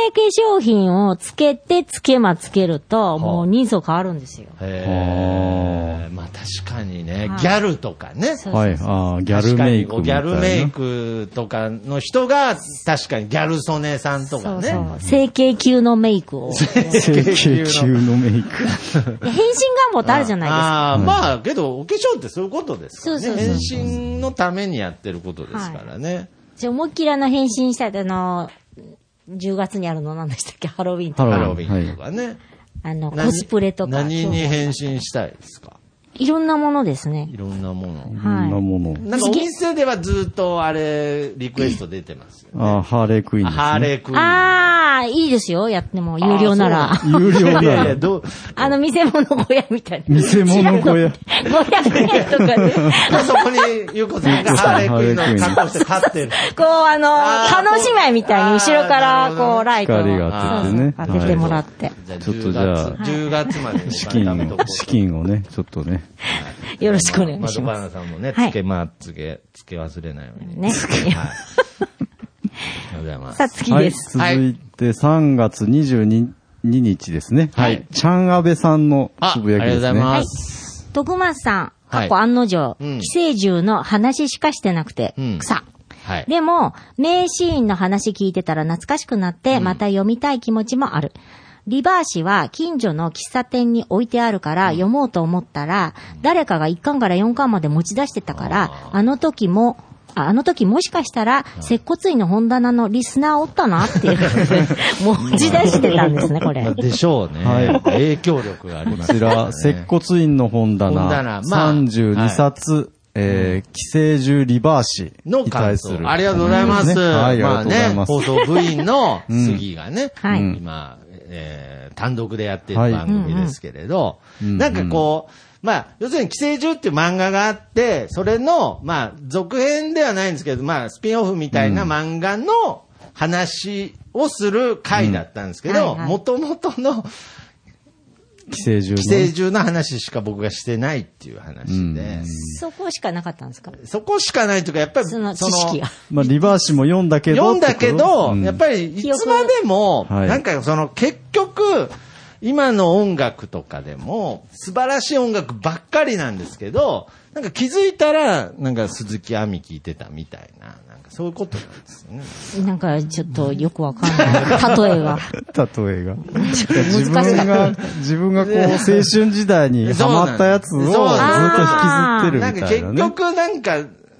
粧品をつけて、つけまつけると、もう人相変わるんですよ。へえ。まあ確かにねは、いギャルとかね。そうはい、ああ、ギャル確かメイにクこうみギたャいな。ルメイクとかの人が、確かにギャル曽根さんとそかうね。そう。整形級のメイクを。変身整形級のメイク。願望ってあるじゃないですか。ああ、まあ、けど、お化粧ってそういうことですからそうね。そうそう変身のためにやってることですからね。じゃあ思いっきりあの変身したい、あの、10月にあるの何でしたっけハロウィンとハか、ハロロウウィンィンとかね。あの、何コスプレとか。何に変身したいですかいろんなものですね。いろんなもの。こんなはい。もの。なんかお店ではずっとあれ、リクエスト出てますよ。ああ、ハーレークイーンです、ね。ハーレークイーン。ああ、いいですよ。やっても、有料なら。あ有料なのいやいや、 <laughs> どう、の、見せ物小屋みたいな。見せ物小屋 <laughs> 500円とかで、でそこに、ゆうこさんがハーレークイーンの格好して立ってる。こう、あの、あー叶姉妹みたいに後ろかあーなら、るほどねこう、ライトを光が当そててねうそう当ててもらって、じゃあちょっとじゃあ10月10月までに資お金貯め金とをこ、う資金をね、ちょっとね。よろしくお願いましどまばなさんもね、はいつけま、つけ、つけ忘れないようす。に。ね。はい。ありがとうございます <laughs> さ。あ、次です。ははいい、続いて3月22日ですね。はいちゃん安倍さんのあ、あつりぶやがきとうごですざいね。ます。徳松さん、は過い去案の定、うん寄生獣の話しかしてなくて、うん草。はい。でも、名シーンの話聞いてたら懐かしくなって、また読みたい気持ちもある。リバー誌は近所の喫茶店に置いてあるから読もうと思ったら、誰かが1巻から4巻まで持ち出してたから、あの時も、ああの時もしかしたら、接骨院の本棚のリスナーおったなって <laughs> いう、持ち出してたんですね、これ。でしょうね。はい影響力がありまこすちからら、ね。接骨院の本棚、本棚まあ32冊、えー、寄生獣リバーシの感する。想。ありがとうございます。はい、まあありがとうござねい、ます。放送部員の杉がね、うんはい今、えー単独でやってるはい番組ですけれど、なんかこう、まあ、要するに、寄生獣っていう漫画があって、それの、まあ、続編ではないんですけど、まあ、スピンオフみたいな漫画の話をする回だったんですけうんはど、いはいもともとの寄生獣寄の生獣の話しか僕がしてないっていう話で、そこしかなかったんですかそこしかないというか、やっぱりその知識が。まあ、リバーシも読んだけど。読んだけど、やっり。ぱりいつまでも、記憶はいなんかその結局、今の音楽とかでも、素晴らしい音楽ばっかりなんですけど、なんか気づいたら、なんか鈴木亜美聞いてたみたいな、なんかそういうことなんですよね。なんか、ちょっとよくわかんない。例えが。例えが。自しかった分が、自分がこう、青春時代にハマったやつをずっと引きずってるなんみかたい結なね。局なんか、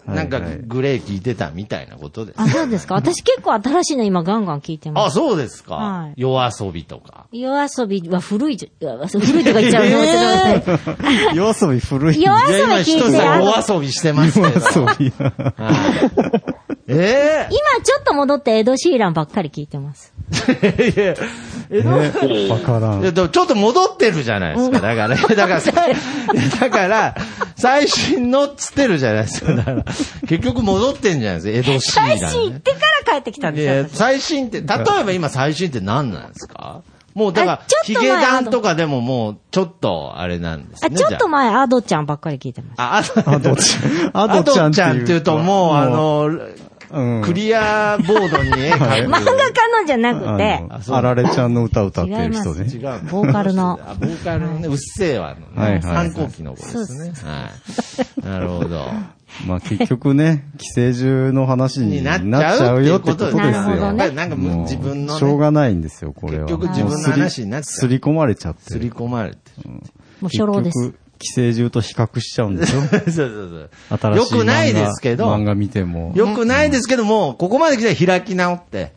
はいなんかグレー聞いてたみたいなことです。あ、そうですか。私結構新しいの今ガンガン聞いてまあ、す。そうですはかい。夜遊びとか。夜遊びは古いじゃ、古い <laughs> とか言っちゃうの。ちょっと待って夜遊び古い。夜遊び今聞い人てさあんの夜遊びしてますけど。遊び。はいええ今ちょっと戻ってエド・シーランばっかり聞いてます。いやいやね、わからいやん。でもちょっと戻ってるじゃないですか。だから、 <laughs> だから、さだから、最新のっつってるじゃないですか。だから、結局戻ってんじゃないですか。江戸シーラン最ね新行ってから帰ってきたんいやですよ。最新って、例えば今最新って何なんですかもうだからあちょ、っとヒ前ゲダンとかでももう、ちょっと、あれなんですあ、ね。ちょっとじ前、アドちゃんばっかり聞いてます。ゃあ、あと、アドちゃん。アドアドちちゃゃんんっていうともう、あ、の、うんクリアボードに絵描く。漫画家のじゃなくて、あのあられちゃんの歌歌ってる人違うね。の <laughs> ボーカルのあボーカルのね、うっせぇわのね、はいはいは反い抗期の子ですね。はい。なるほ <laughs> ど。まあ結局ね、寄生獣の話ににななっっちちゃゃううよよっってこてこととでですすよなよ。るほどねなんかもう自分のねしょうがないんですよ、これは。結局自分の話になっちゃうすり込まれちゃってする。り込まれて <laughs> もう初老です。。寄生獣と比較しちゃうんで <laughs> しょる。そうそうそう。新よしい漫画くないですけど漫、画見ても。よくないですけども、ここまで来たら開き直って、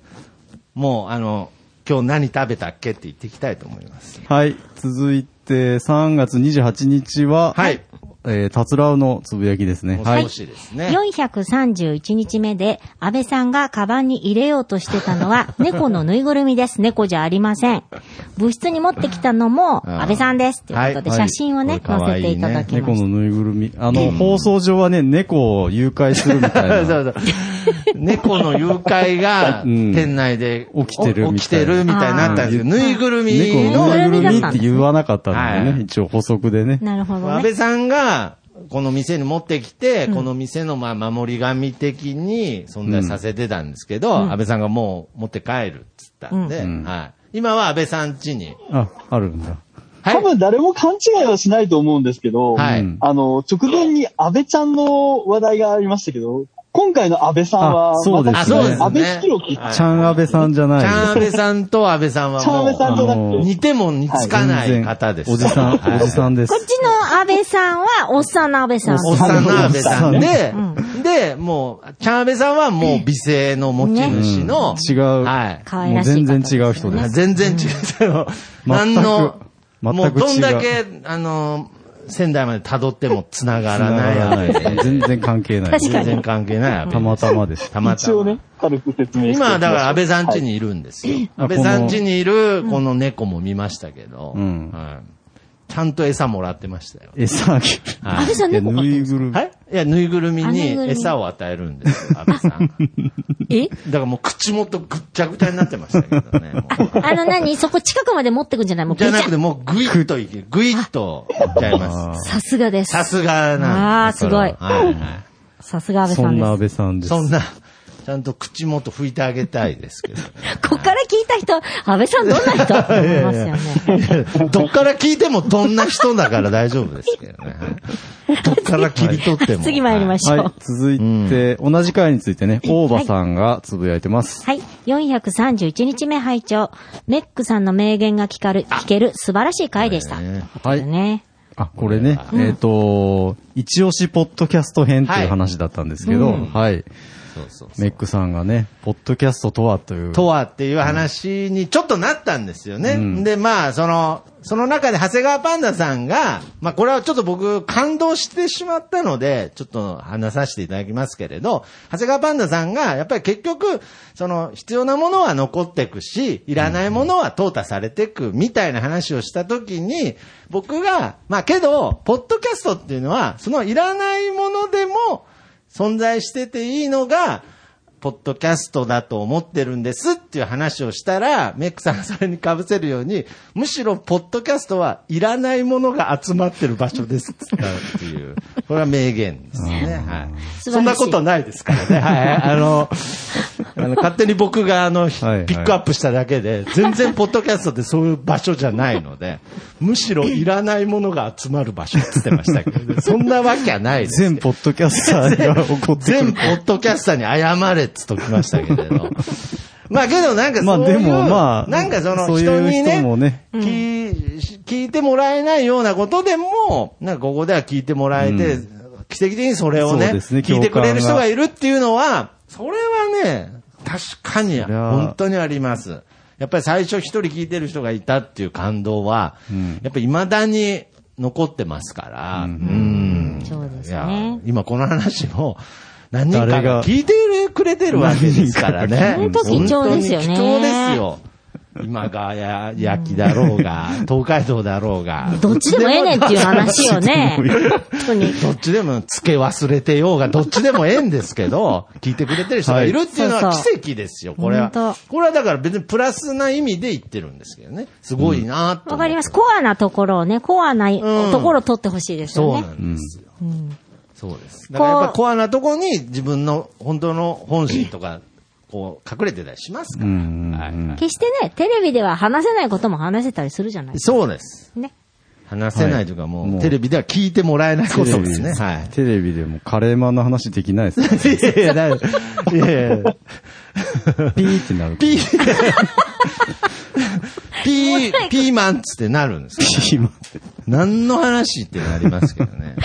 もうあの、今日何食べたっけって言っていきたいと思います。はい。続いて、3月28日は、はい。えー、たつらうのつぶやきですね。もう少しですね。 431日目で、安倍さんがカバンに入れようとしてたのは、猫のぬいぐるみです。猫じゃありません。部室に持ってきたのも、うん安倍さんです。ということで、はい写真をね、こ載れ可愛せいてねいただきま猫しのぬいぐるみ。あの、放送上はね、猫を誘拐するみた <laughs> いそな。うそう猫の誘拐がうん店内で起きてるみたいな起きてるみたいになったんですよ。ぬいぐるみ猫ののぬいぐるみのって言わなかったんだよね。はい一応補足でねた。。なるほど安ね。倍さんが、この店に持ってきて、この店のまあ守り神的に存在させてたんですけど、安倍さんがもう持って帰るっつったんで、うんはい。今は安倍さん家に。あ、あるんだ。はい多。分誰も勘違いはしないと思うんですけど、はいうんあの、直前に安倍ちゃんの話題がありましたけど、今回の安倍さんは、あそうですねまたあ、そうですね。安倍式郎貴はいちゃん安倍さんじゃないちよ。ゃん安倍さんと安倍さんはちゃん安倍さんもじゃなくあのてう、、似ても似つかない方です。おじさん、はいおじさんですこっ。ちの安倍さんは、おっさんの安倍さん。おっさんの安倍さんでう、で、もう、ちゃん安倍さんはもう美声の持ち主の、違う。はい。可愛もうらしい方です全ね。然違う人です。全然違うよ。何の、全くもうどんだ違け、あの、仙台まで辿っても繋がら繋がらな。ないい全然関係ない。確か全に然関係ない安倍。たまたまです。たま一た応ま。ね、軽く説明しておきましょう。今、だから安倍さん家にいるんですよ。あ安倍さん家にいる、この猫も見ましたけど、うんはいちゃんと餌もらってましたよ。餌あげる。はい安倍さん猫飼ってぬるいぐるみ。はいいや、ぬいぐるみあぬにいぐるみ餌を与えるんですよ、安倍さん。えだからもう口元ぐっちゃぐちゃになってましたけ <laughs> どね。もうあの何そこ近くまで持ってくんじゃないもうじゃなぐくちてもうグイッといけ、グイッといっちゃいます。ゃさすがです。さすがなんですあーすごいはいはさすが安倍そさんんでなす安。倍さんい。ですそ。んな、ちゃんと口元拭いてあげたいですけど <laughs> こっから聞いた人、安倍さんどんな人って思いますよね。ね。どっから聞いてもどんな人だから大丈夫ですけ <laughs> どね。はいどっから切り取っても。次参りましょう。はい、続いて、同じ回についてね、大場さんがつぶやいてます。はい。431日目拝聴メックさんの名言が聞かる、聞ける素晴らしい回でした。そうだよねはい。ね。あ、これね、えっ、と、一押しポッドキャスト編っていう話だったんですけど、はい。そうそうそうメックさんがね、ポッドキャストとはという。とはっていう話にちょっとなったんですよね。うんで、まあ、その、その中で長谷川パンダさんが、まあ、これはちょっと僕感動してしまったので、ちょっと話させていただきますけれど、長谷川パンダさんが、やっぱり結局、その、必要なものは残っていくし、いらないものは淘汰されていくみたいな話をしたときに、僕が、まあ、けど、ポッドキャストっていうのは、そのいらないものでも存在してていいのが、ポッドキャストだと思ってるんですっていう話をしたら、メックさんがそれに被せるように、むしろポッドキャストはいらないものが集まってる場所ですって言ったっていう、これは名言ですね。はい。素晴らしいそんなことないですからね。はい。あの、あの勝手に僕があの、ピはいックアップしただけで、全然ポッドキャストってそういう場所じゃないので、むしろいらないものが集まる場所って言ってましたけど、そんなわけはないですけど全ポッドキャスターが怒ってく全る。ポッドキャスターに謝れっつっときましたけれ <laughs> ど。まあけどなんかそういう、まあでもまあなんかそのそうい人うにね人もね聞い、聞いてもらえないようなことでも、なんかここでは聞いてもらえて、う奇跡的にそれをそねうですね聞いてくれる人共感ががいるっていうのは、それはね、確かにりゃ本当にあります。やっぱり最初一人聞いてる人がいたっていう感動は、うんやっぱり未だに残ってますから、うんうんそうですいやね。今この話も何人か誰がが聞いてくれてるわけですからね。何人かが聞いて本当貴重ですよね本当に貴重ですよ。今川や焼きだろう <laughs> が、東海道だろうが。どっちでもええねんっていう話よね。本当に。どっちでも付け忘れてようが、どっちでもええんですけど、聞いてくれてる人がいるっていうのははいそうそ奇跡ですよ、これは。本これはだから別にプラスな意味で言ってるんですけどね。すごいなと思って。わかります。コアなところをね、コアなところを取ってほしいですそうよなね。んですよ。そうです。うだからやっぱコアなとこに自分の本当の本心とか、こう、隠れてたりしますかうら。んはいはい決してね、テレビでは話せないことも話せたりするじゃないですそうです。かね。話せないというかもう、もうテレビでは聞いてもらえないことですね。はい。テレビでもカレーマンの話できないですね。いやいや、だいいやいや、 <laughs> ピーってなる。 <laughs> ピー、ピー、ピーマンっつってなるんですか <laughs> ピーマン。何の話ってなりますけどね。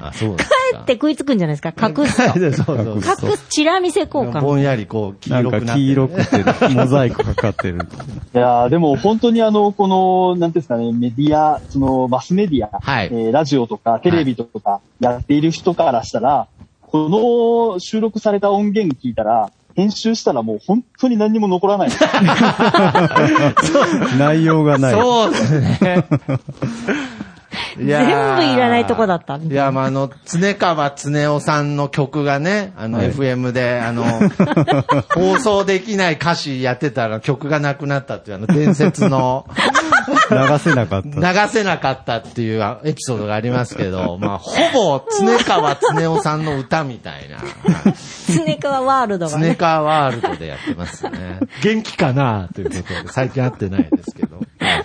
あ、そうですか。って食いつくんじゃないですか。隠すと。<laughs> そうそうそう。隠す、チラ見せ交換。ぼんやりこう、黄な色んくなっかてる黄色くて、モザイクかかってる。 <laughs> いやーでも本当にあの、この、なんていうんですかね、メディア、その、マスメディア、はいえーラジオとかテレビとかやっている人からしたら、この収録された音源聞いたら、編集したらもう本当に何にも残らない。内容がない。そうですね。いやー全部いらないとこだったみたいないや、まあ、あの、常川常夫さんの曲がね、あの、はい FM <laughs> で、あの、放送できない歌詞やってたら曲がなくなったっていう、あの、伝 <laughs> 説の、流せなかっ流た。せなかったっていうあエピソードがありますけど、まあ、ほぼ常川常夫さんの歌みたいな、スネカはワールドが常ね。川ワールドでやってます <laughs> ね。元気かなということで、最近会ってないですけど。はい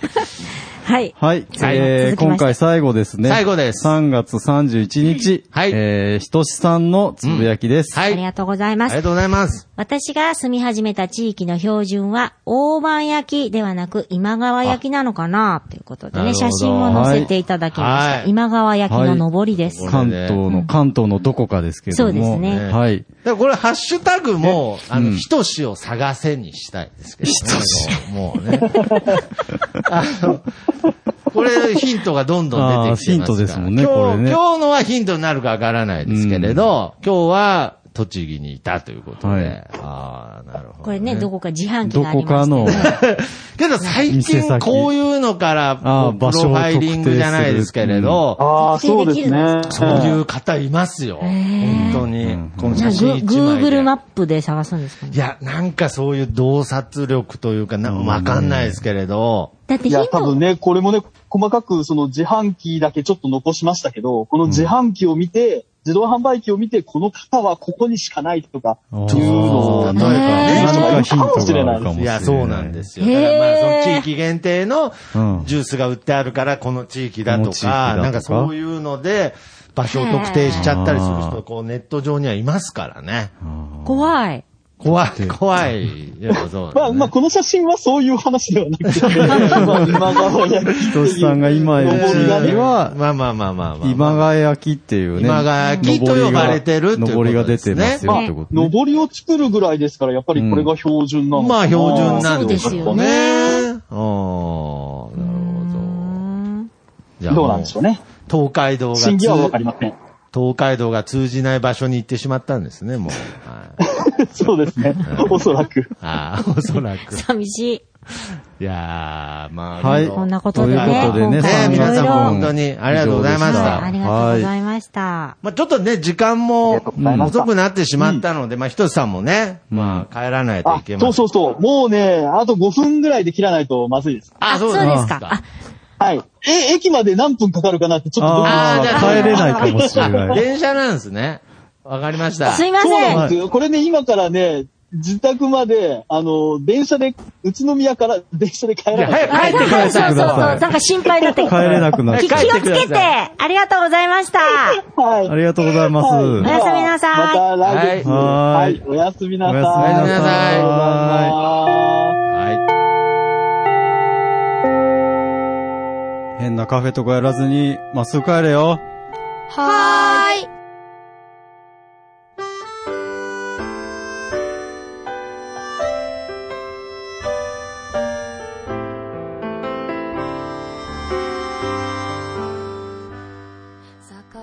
はい。はい。はいえー続きまして今回最後ですね。最後です3月31日。はいえーひとしさんのつぶやきです。はあい。りがとうございあまりすが。とうございます。私が住み始めた地域の標準は、大判焼きではなく、今川焼きなのかなということでなるね、ほど写真も載せていただきました。はい今川焼きの上りです。はい関東の、関東のどこかですけれども。そうですねはい。だからこれ、ハッシュタグも、あの、うんひとしを探せにしたいですけど、ね。ひとし。もう <laughs> ね。あの、これ、ヒントがどんどん出てきてますから。あーヒントですもんね今日これね今日のはヒントになるかわからないですけれど、今日は、栃木にいたということで。はいああ、なるほど、これね、どこか自販機どがありまこしてかの、けど最店近先こういうのから、あーこうプロファイリングじゃないですけれど、ああ、特そう定でできするのね。そういう方いますよ。本当に。このじゃあ写真グ一枚で。 Google マップで探すんですかいね。や、なんかそういう洞察力というか、なわかんないですけれど、だっていヒンや、多分ト、ね、これもね、細かくその自販機だけちょっと残しましたけど、この自販機を見て、自動販売機を見て、この方はここにしかないとか、いうあーのを、例えばねね、何かヒントかもしれがなあいるかもしれなですい。いや、そうなんですよ。へだーからまあ、その地域限定のうんジュースが売ってあるから、この地域だとこの地域だか、とかなんかそういうので、場所を特定しちゃったりするへ人、ーこうネット上にはいますからね。怖い。怖い、怖い。でもそうまだあ、ねまあ、この写真はそういう話ではなくて、まあ今川焼き。ひとしさんが今いる地域は、まあまあまあまあまあ。今川焼きっていうね。今川焼きと呼ばれてるっていうことですね上りが出てますよってことね。上りを作るぐらいですから、やっぱりこれが標準なのかなまあ標準なそんでうですすよよね。ねああ、なるほど。じどうなんでしょうね。東海道が通真偽はわかりません。東海道が通じない場所に行ってしまったんですね、もう。はい、そうですね。おそらく。ああ、おそら <laughs> く。寂しい。いやー、まあ、はい。こんなことでねということでね、今回ね、もいろいろ皆3月様分本当にありがとうございまはしい、あた。りがとうござはいました。まあちょっとね、時間あもりがとうございました遅くなってしまったので、まあひとつさんもね、まあ帰らないといあけ、ません。そうそうそう。もうね、あと5分ぐらいで切らないとまずいです。あ、そうそうでですすかか。。あ、はい。え、駅まで何分かかるかなってちょっとどうあーじゃあ帰れないかもしれない。 <laughs> 電車なんですね。わかりました。すいまそうせん。なんですよ。これね、今からね、自宅まで、あの、電車で、宇都宮から <laughs> 電車で帰らいやない。早く帰ってください。そうそうそう。なはんいか心配になってき帰た。れなくなっき気ちゃをう。つけて、ありがとうございました。はい。ありがとうございます。はいおやすみなさいまた来月。はいはい。おやすみななさいおやすみさい。ありがとうございますはい。変なカフェとかやらずに、まっすぐ帰れよ。はーい。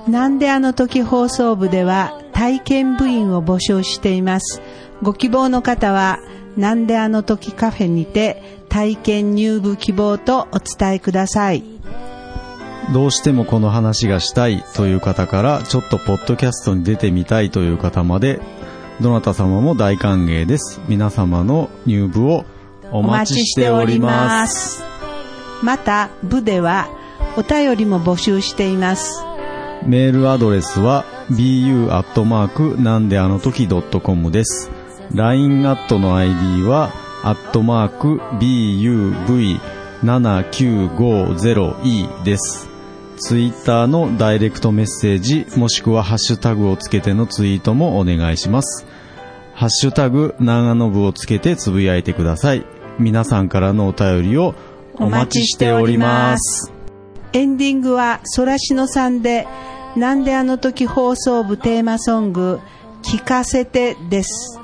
なんであの時放送部では体験部員を募集しています。ご希望の方は、なんであの時カフェにて体験入部希望とお伝えください。どうしてもこの話がしたいという方から、ちょっとポッドキャストに出てみたいという方まで、どなた様も大歓迎です。皆様の入部をおお待ちしております。す。また、部ではお便りも募集しています。メールアドレスは bu アットマークなんであの時 .com です。LINE アットの ID はアットマーク buv7950e です。ツイッターのダイレクトメッセージもしくはハッシュタグをつけてのツイートもお願いします。ハッシュタグ長野部をつけてつぶやいてください。皆さんからのお便りをお待ちしております。エンディングはソラシノさんでなんであの時放送部テーマソング「聞かせて」です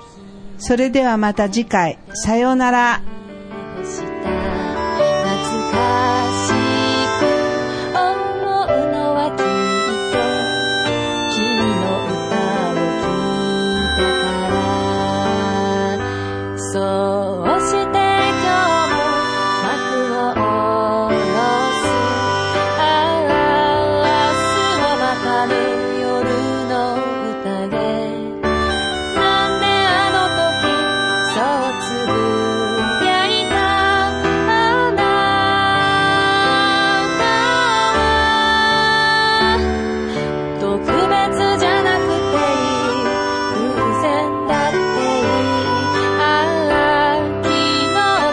それではまた次回さようなら「懐かしく思うのはきっと」「君の歌を聴いたから」「そうして今日も幕を下ろす」「ああ明日はまたね夜の宴」なんであの時そうつぶやいたあなたは特別じゃなくていい偶然だっていいああ昨日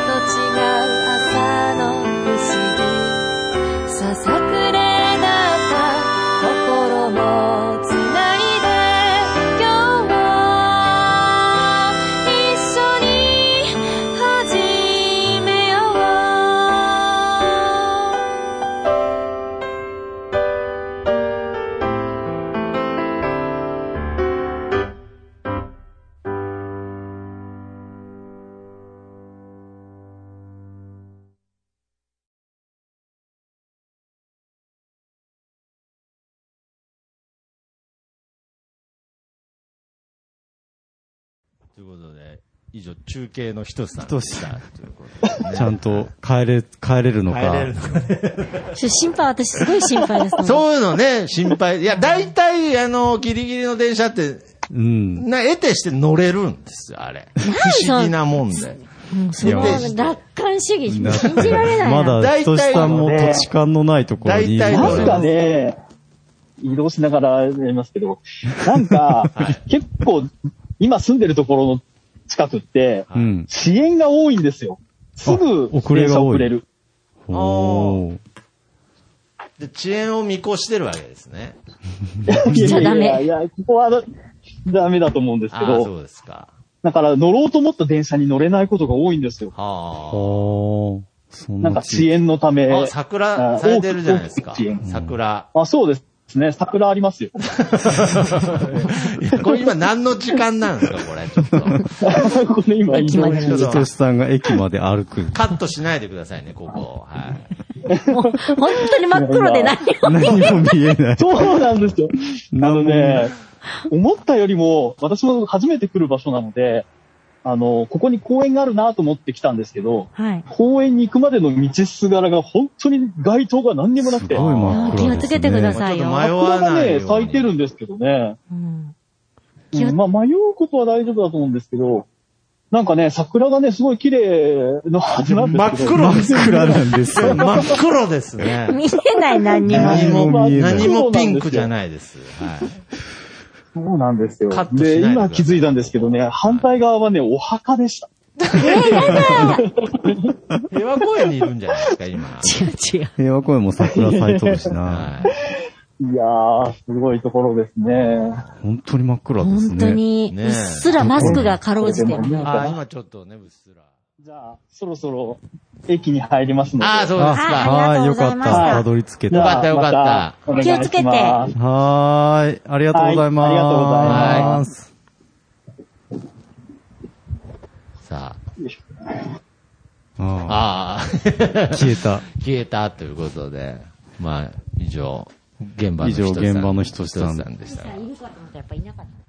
と違う朝の不思議ささくれだった心もつないで今日も一緒に始めようということで、以上、中継のひとさんとでししたた。ということでねちゃんと帰れ、帰れるの帰か。れるのかちょ心配、私すごい心配ですもん。そういうのね、心配。いや、大体、あの、ギリギリの電車って、うん。な、得てして乗れるんですよ、あれ。不思議なもんで。うんそのいや楽観主義、信じられないな。まだ、ひとしさんも土地勘のないところにいる大か体なんねから。ね、移動しながらやりますけど、なんか、結構、今住んでるところの近くって、うん。遅延が多いんですよ。すぐ、あ遅れが多い電車遅れる。おー。で、遅延を見越してるわけですね。 <laughs> いちゃやいダメやいや、ここはだダメだと思うんですけああ、そど、うですか。だから乗ろうと思った電車に乗れないことが多いんですよ。はおー。そんなんか地遅延のため。あ。あ、桜、あ咲いてるじゃないですか大きい遅。延桜。あ、そうですね。桜ありますよ。 <laughs> いやこれ今何の時間なんですか、これ。ちょっ <laughs> と。これ今移ちょ動っひととしさんが駅まで歩 <laughs> く。カットしないでくださいね、ここ。はい。もう本当に真っ黒で何を。何も見えない。そうなんですよ。あなのね、思ったよりも、私も初めて来る場所なので、あの、ここに公園があるなと思って来たんですけど、はい。公園に行くまでの道すがらが本当に街灯が何にもなくすて、ごい真っ気黒をですつね。けてくださいよ。まあちょっと迷う桜が迷わね、ないように咲いてるんですけどね。うん気をうんまあ迷うことは大丈夫だと思うんですけど、なんかね、桜がね、すごい綺麗なはずなんですけど。真っ黒真っ暗なんですよ。真っ黒ですね。見えない何 <laughs> にも。何もも、見えない何もピンクじゃい。ないです。はい。そうなんですよカッ。トしないでで、ください今気づいたんですけどね、反対側はね、お墓でした。平和公園にいるんじゃないです <laughs> か、今。違う違う。平和公園も桜咲いとる <laughs> しな。はいやー、すごいところですね。本当に真っ暗ですね。本当に、ねうっすらマスクがかろうじてでもる。い。なんあ、か今ちょっとね、うっすら。じゃあ、そろそろ駅に入りますので。ああ、そうですか。あはあい、りよがとうございかっまた。したたどり着けじゃあた。よかったよかったまお願いします気をつけてはーい、ありがとうございます。はいありがとうございます。さああ、あああ、消えた。 <laughs> 消えたということで、まあ、以上、現場の以上人さん現場の人さん人さんでした。いるかと思ったらやっぱいなかった。